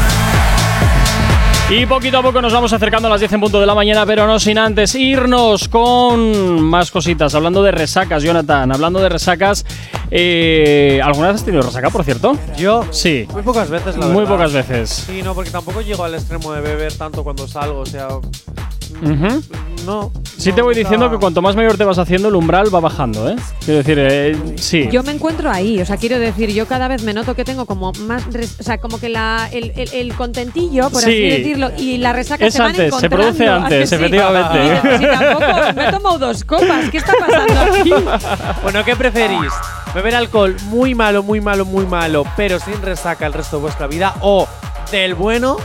Speaker 2: Y poquito a poco nos vamos acercando a las 10 en punto de la mañana, pero no sin antes irnos con más cositas. Hablando de resacas, Jonathan, hablando de resacas, eh, ¿alguna vez has tenido resaca, por cierto?
Speaker 7: Yo.
Speaker 2: Sí.
Speaker 7: Muy pocas veces, la
Speaker 2: Muy
Speaker 7: verdad.
Speaker 2: pocas veces.
Speaker 7: Sí, no, porque tampoco llego al extremo de beber tanto cuando salgo, o sea.
Speaker 2: Ujú.
Speaker 7: No.
Speaker 2: Sí te voy diciendo que cuanto más mayor te vas haciendo, el umbral va bajando, ¿eh? Quiero decir, eh, sí.
Speaker 3: Yo me encuentro ahí, o sea, quiero decir, yo cada vez me noto que tengo como más, res- o sea, como que la, el, el- el contentillo, por así
Speaker 2: Sí.
Speaker 3: decirlo, y la resaca
Speaker 2: Es
Speaker 3: se van
Speaker 2: antes, se
Speaker 3: encontrando, [laughs]
Speaker 2: produce
Speaker 3: ¿a que
Speaker 2: antes,
Speaker 3: sí?
Speaker 2: efectivamente.
Speaker 3: [laughs] Si tampoco, me he tomado dos copas, ¿qué está
Speaker 2: [laughs]
Speaker 3: pasando aquí?
Speaker 7: [laughs] Bueno, ¿qué preferís? ¿Beber alcohol muy malo, muy malo, muy malo, pero sin resaca el resto de vuestra vida? ¿O del bueno,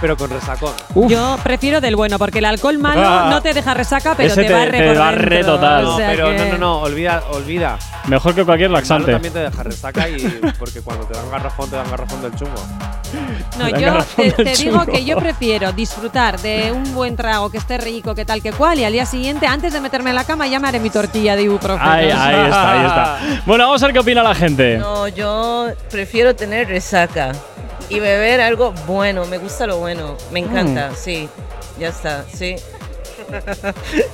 Speaker 7: pero con resacón?
Speaker 3: Yo prefiero del bueno, porque el alcohol malo
Speaker 7: Ah.
Speaker 3: no te deja resaca, pero
Speaker 2: Ese
Speaker 3: te, va
Speaker 2: te- te barre total.
Speaker 7: No,
Speaker 2: O sea
Speaker 7: pero no,
Speaker 2: que-
Speaker 7: no, no, olvida, olvida.
Speaker 2: Mejor que cualquier
Speaker 7: Malo
Speaker 2: laxante.
Speaker 7: también te deja resaca y porque cuando te dan garrafón, te dan garrafón del chungo.
Speaker 3: No, yo te, te digo que
Speaker 7: [laughs]
Speaker 3: yo prefiero disfrutar de un buen trago que esté rico, que tal que cual, y al día siguiente, antes de meterme en la cama, ya me haré mi tortilla de
Speaker 7: [laughs]
Speaker 3: ibuprofeno.
Speaker 2: Ahí, ahí está, ahí está. Bueno, vamos a ver qué opina la gente.
Speaker 15: No, yo prefiero tener resaca y beber algo bueno. Me gusta lo bueno, me encanta,
Speaker 6: Mm.
Speaker 15: sí. Ya está, sí.
Speaker 6: [laughs]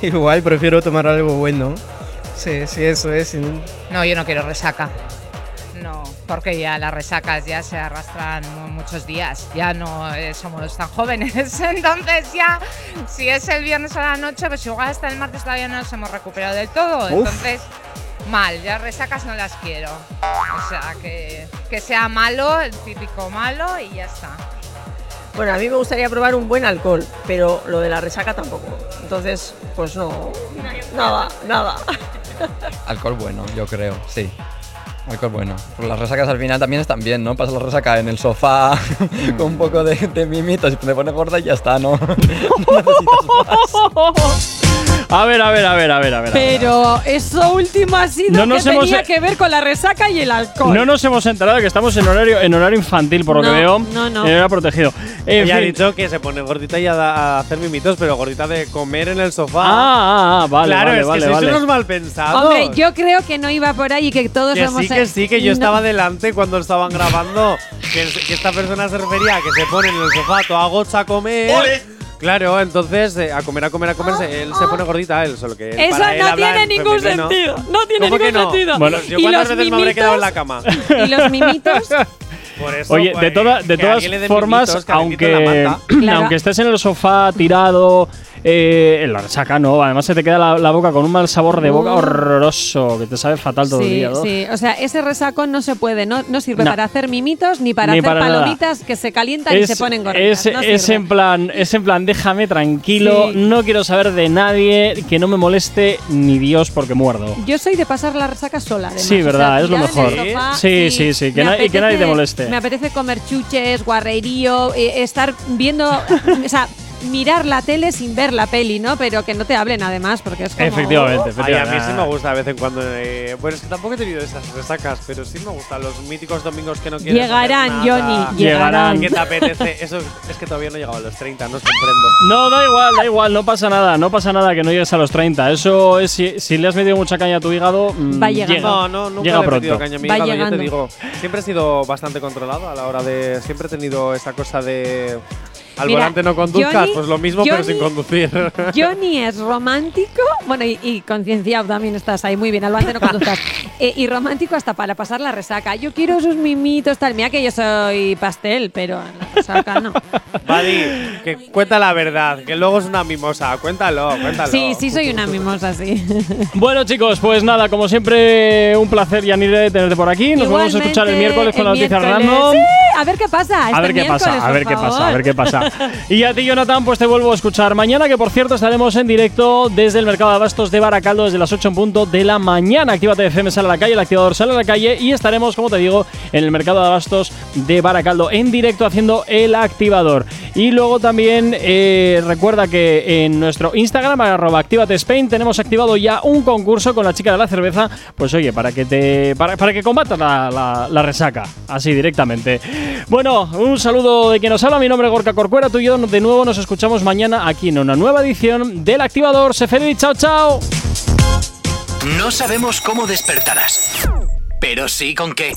Speaker 6: Igual prefiero tomar algo bueno. Sí, sí, eso es. sí.
Speaker 16: no yo no quiero resaca no porque ya las resacas ya se arrastran mu- muchos días ya no eh, somos tan jóvenes [laughs] entonces ya si es el viernes a la noche pues igual hasta el martes todavía no nos hemos recuperado del todo
Speaker 19: Uf.
Speaker 16: entonces mal ya resacas no las quiero o sea que que sea malo el típico malo y ya está
Speaker 5: Bueno, a mí me gustaría probar un buen alcohol, pero lo de la resaca tampoco. Entonces, pues no. Nada, nada.
Speaker 17: Alcohol bueno, yo creo, sí. Alcohol bueno. Porque las resacas al final también están bien, ¿no? Pasas la resaca en el sofá [laughs] con un poco de, de mimitos y te pone gorda y ya está, ¿no?
Speaker 2: [laughs] A ver, a ver, a ver, a ver, a ver. a ver.
Speaker 3: [laughs] Pero eso último ha sido
Speaker 2: No
Speaker 3: que
Speaker 2: nos hemos-
Speaker 3: tenía que ver con la resaca y el alcohol.
Speaker 2: No nos hemos enterado de que estamos en horario, en horario infantil, por lo
Speaker 3: No,
Speaker 2: que veo.
Speaker 3: no, no.
Speaker 2: En horario protegido. En
Speaker 4: Ella ha
Speaker 2: fin.
Speaker 4: dicho que se pone gordita y a, da- a hacer mimitos, pero gordita de comer en el sofá.
Speaker 2: Ah, ah, ah, vale,
Speaker 4: Claro,
Speaker 2: vale,
Speaker 4: es que
Speaker 2: vale,
Speaker 4: sois
Speaker 2: vale.
Speaker 4: unos malpensados.
Speaker 3: Hombre, yo creo que no iba por ahí y que todos eh,
Speaker 4: que
Speaker 3: hemos.
Speaker 4: sí, que sí, que yo estaba delante cuando estaban grabando. Que, que esta persona se refería a que se pone en el sofá toda gocha a comer. Claro, entonces eh, a comer, a comer, a comer, se- él se pone gordita, él solo que.
Speaker 3: Eso
Speaker 4: para él
Speaker 3: no
Speaker 4: habla
Speaker 3: tiene
Speaker 4: en
Speaker 3: ningún
Speaker 4: femenino.
Speaker 3: sentido. No tiene
Speaker 4: ¿Cómo que
Speaker 3: ningún
Speaker 4: no?
Speaker 3: sentido.
Speaker 4: Bueno, yo
Speaker 3: Y
Speaker 4: cuántas
Speaker 3: los
Speaker 4: veces me habré quedado en la
Speaker 3: mimitos-
Speaker 4: cama.
Speaker 3: Y los mimitos.
Speaker 4: Por eso,
Speaker 2: Oye, de,
Speaker 4: pues,
Speaker 2: toda- de
Speaker 4: que a
Speaker 2: todas
Speaker 4: alguien le den
Speaker 2: formas,
Speaker 4: mimitos, que a alguien le
Speaker 2: aunque,
Speaker 4: quiten la
Speaker 2: [clears throat]
Speaker 4: manta.
Speaker 2: aunque estés en el sofá tirado, eh, en la resaca no, además se te queda la, la boca con un mal sabor de boca
Speaker 3: Mm.
Speaker 2: horroroso, que te sabe fatal todo el
Speaker 3: Sí,
Speaker 2: día. ¿no?
Speaker 3: sí. O sea, ese resaco no se puede, no, no sirve
Speaker 2: No.
Speaker 3: para hacer mimitos ni para
Speaker 2: Ni
Speaker 3: hacer
Speaker 2: para nada.
Speaker 3: palomitas que se calientan y se ponen gorditas.
Speaker 2: es,
Speaker 3: no
Speaker 2: es
Speaker 3: sirve.
Speaker 2: en plan, es en plan, déjame tranquilo,
Speaker 3: Sí.
Speaker 2: no quiero saber de nadie, que no me moleste ni Dios porque muerdo.
Speaker 3: Yo soy de pasar la resaca sola. además.
Speaker 2: Sí,
Speaker 3: O sea,
Speaker 2: verdad, es lo
Speaker 3: tirada en el
Speaker 2: mejor.
Speaker 3: sofá,
Speaker 2: Sí, sí, sí, que
Speaker 3: Me
Speaker 2: na- y que nadie te
Speaker 3: apetece-
Speaker 2: moleste.
Speaker 3: Me apetece comer chuches, guarrerío, eh, estar viendo, [laughs] o sea, mirar la tele sin ver la peli, ¿no? Pero que no te hablen además, porque es como…
Speaker 2: Efectivamente,
Speaker 4: Ay, a
Speaker 2: efectivamente.
Speaker 4: mí sí me gusta de vez en cuando. eh, bueno, es que tampoco he tenido esas resacas, pero sí me gustan los míticos domingos que no quieres
Speaker 3: Llegarán,
Speaker 4: hacer nada.
Speaker 3: Johnny, llegarán.
Speaker 4: Que te apetece. Eso es que todavía no he llegado a los 30, no os comprendo.
Speaker 2: No, da igual, da igual, no pasa nada, no pasa nada que no llegues a los 30. Eso es si, si le has metido mucha caña a tu hígado, mm,
Speaker 3: Va llegando.
Speaker 2: llega.
Speaker 4: No, no, nunca
Speaker 2: llega
Speaker 4: le he
Speaker 2: pronto.
Speaker 4: metido caña a mi hígado, yo te digo. Siempre he sido bastante controlado a la hora de. Siempre he tenido esa cosa de. Al
Speaker 3: Mira,
Speaker 4: volante no conduzcas,
Speaker 3: Johnny-
Speaker 4: pues lo mismo, pero
Speaker 3: Johnny-
Speaker 4: sin conducir.
Speaker 3: Johnny es romántico, bueno, y, y concienciado también estás ahí, muy bien, al volante no conduzcas. Eh, y romántico hasta para pasar la resaca. Yo quiero sus mimitos, tal. Mira que yo soy pastel, pero en la resaca no.
Speaker 4: Buddy, [laughs] que cuenta la verdad, que luego es una mimosa. Cuéntalo, cuéntalo.
Speaker 3: Sí, sí soy una mimosa, sí.
Speaker 2: Bueno, chicos, pues nada, como siempre, un placer, Yanire, tenerte por aquí. Nos vamos a
Speaker 3: Igualmente,
Speaker 2: escuchar el miércoles con
Speaker 3: el
Speaker 2: las noticias
Speaker 3: miércoles.
Speaker 2: random.
Speaker 3: Sí, a ver qué pasa.
Speaker 2: A
Speaker 3: este
Speaker 2: ver qué
Speaker 3: miércoles,
Speaker 2: pasa, a
Speaker 3: por
Speaker 2: ver qué pasa, a ver qué
Speaker 3: favor.
Speaker 2: pasa.
Speaker 3: [laughs]
Speaker 2: Y a ti, Jonathan, pues te vuelvo a escuchar mañana, que por cierto estaremos en directo desde el mercado de abastos de Baracaldo desde las 8 en punto de la mañana. Actívate FM sale a la calle, el activador sale a la calle y estaremos, como te digo, en el mercado de abastos de Baracaldo en directo haciendo el activador. Y luego también eh, recuerda que en nuestro Instagram, arroba Actívate Spain, tenemos activado ya un concurso con la chica de la cerveza. Pues oye, para que te. para, para que combatas la, la- la resaca. Así directamente. Bueno, un saludo de quien nos habla. Mi nombre es Gorka Corcuera. Tú y yo de nuevo nos escuchamos mañana aquí en una nueva edición del Activador. Se feliz, chao, chao.
Speaker 1: No sabemos cómo despertarás, pero sí con qué.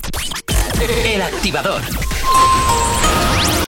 Speaker 1: El activador.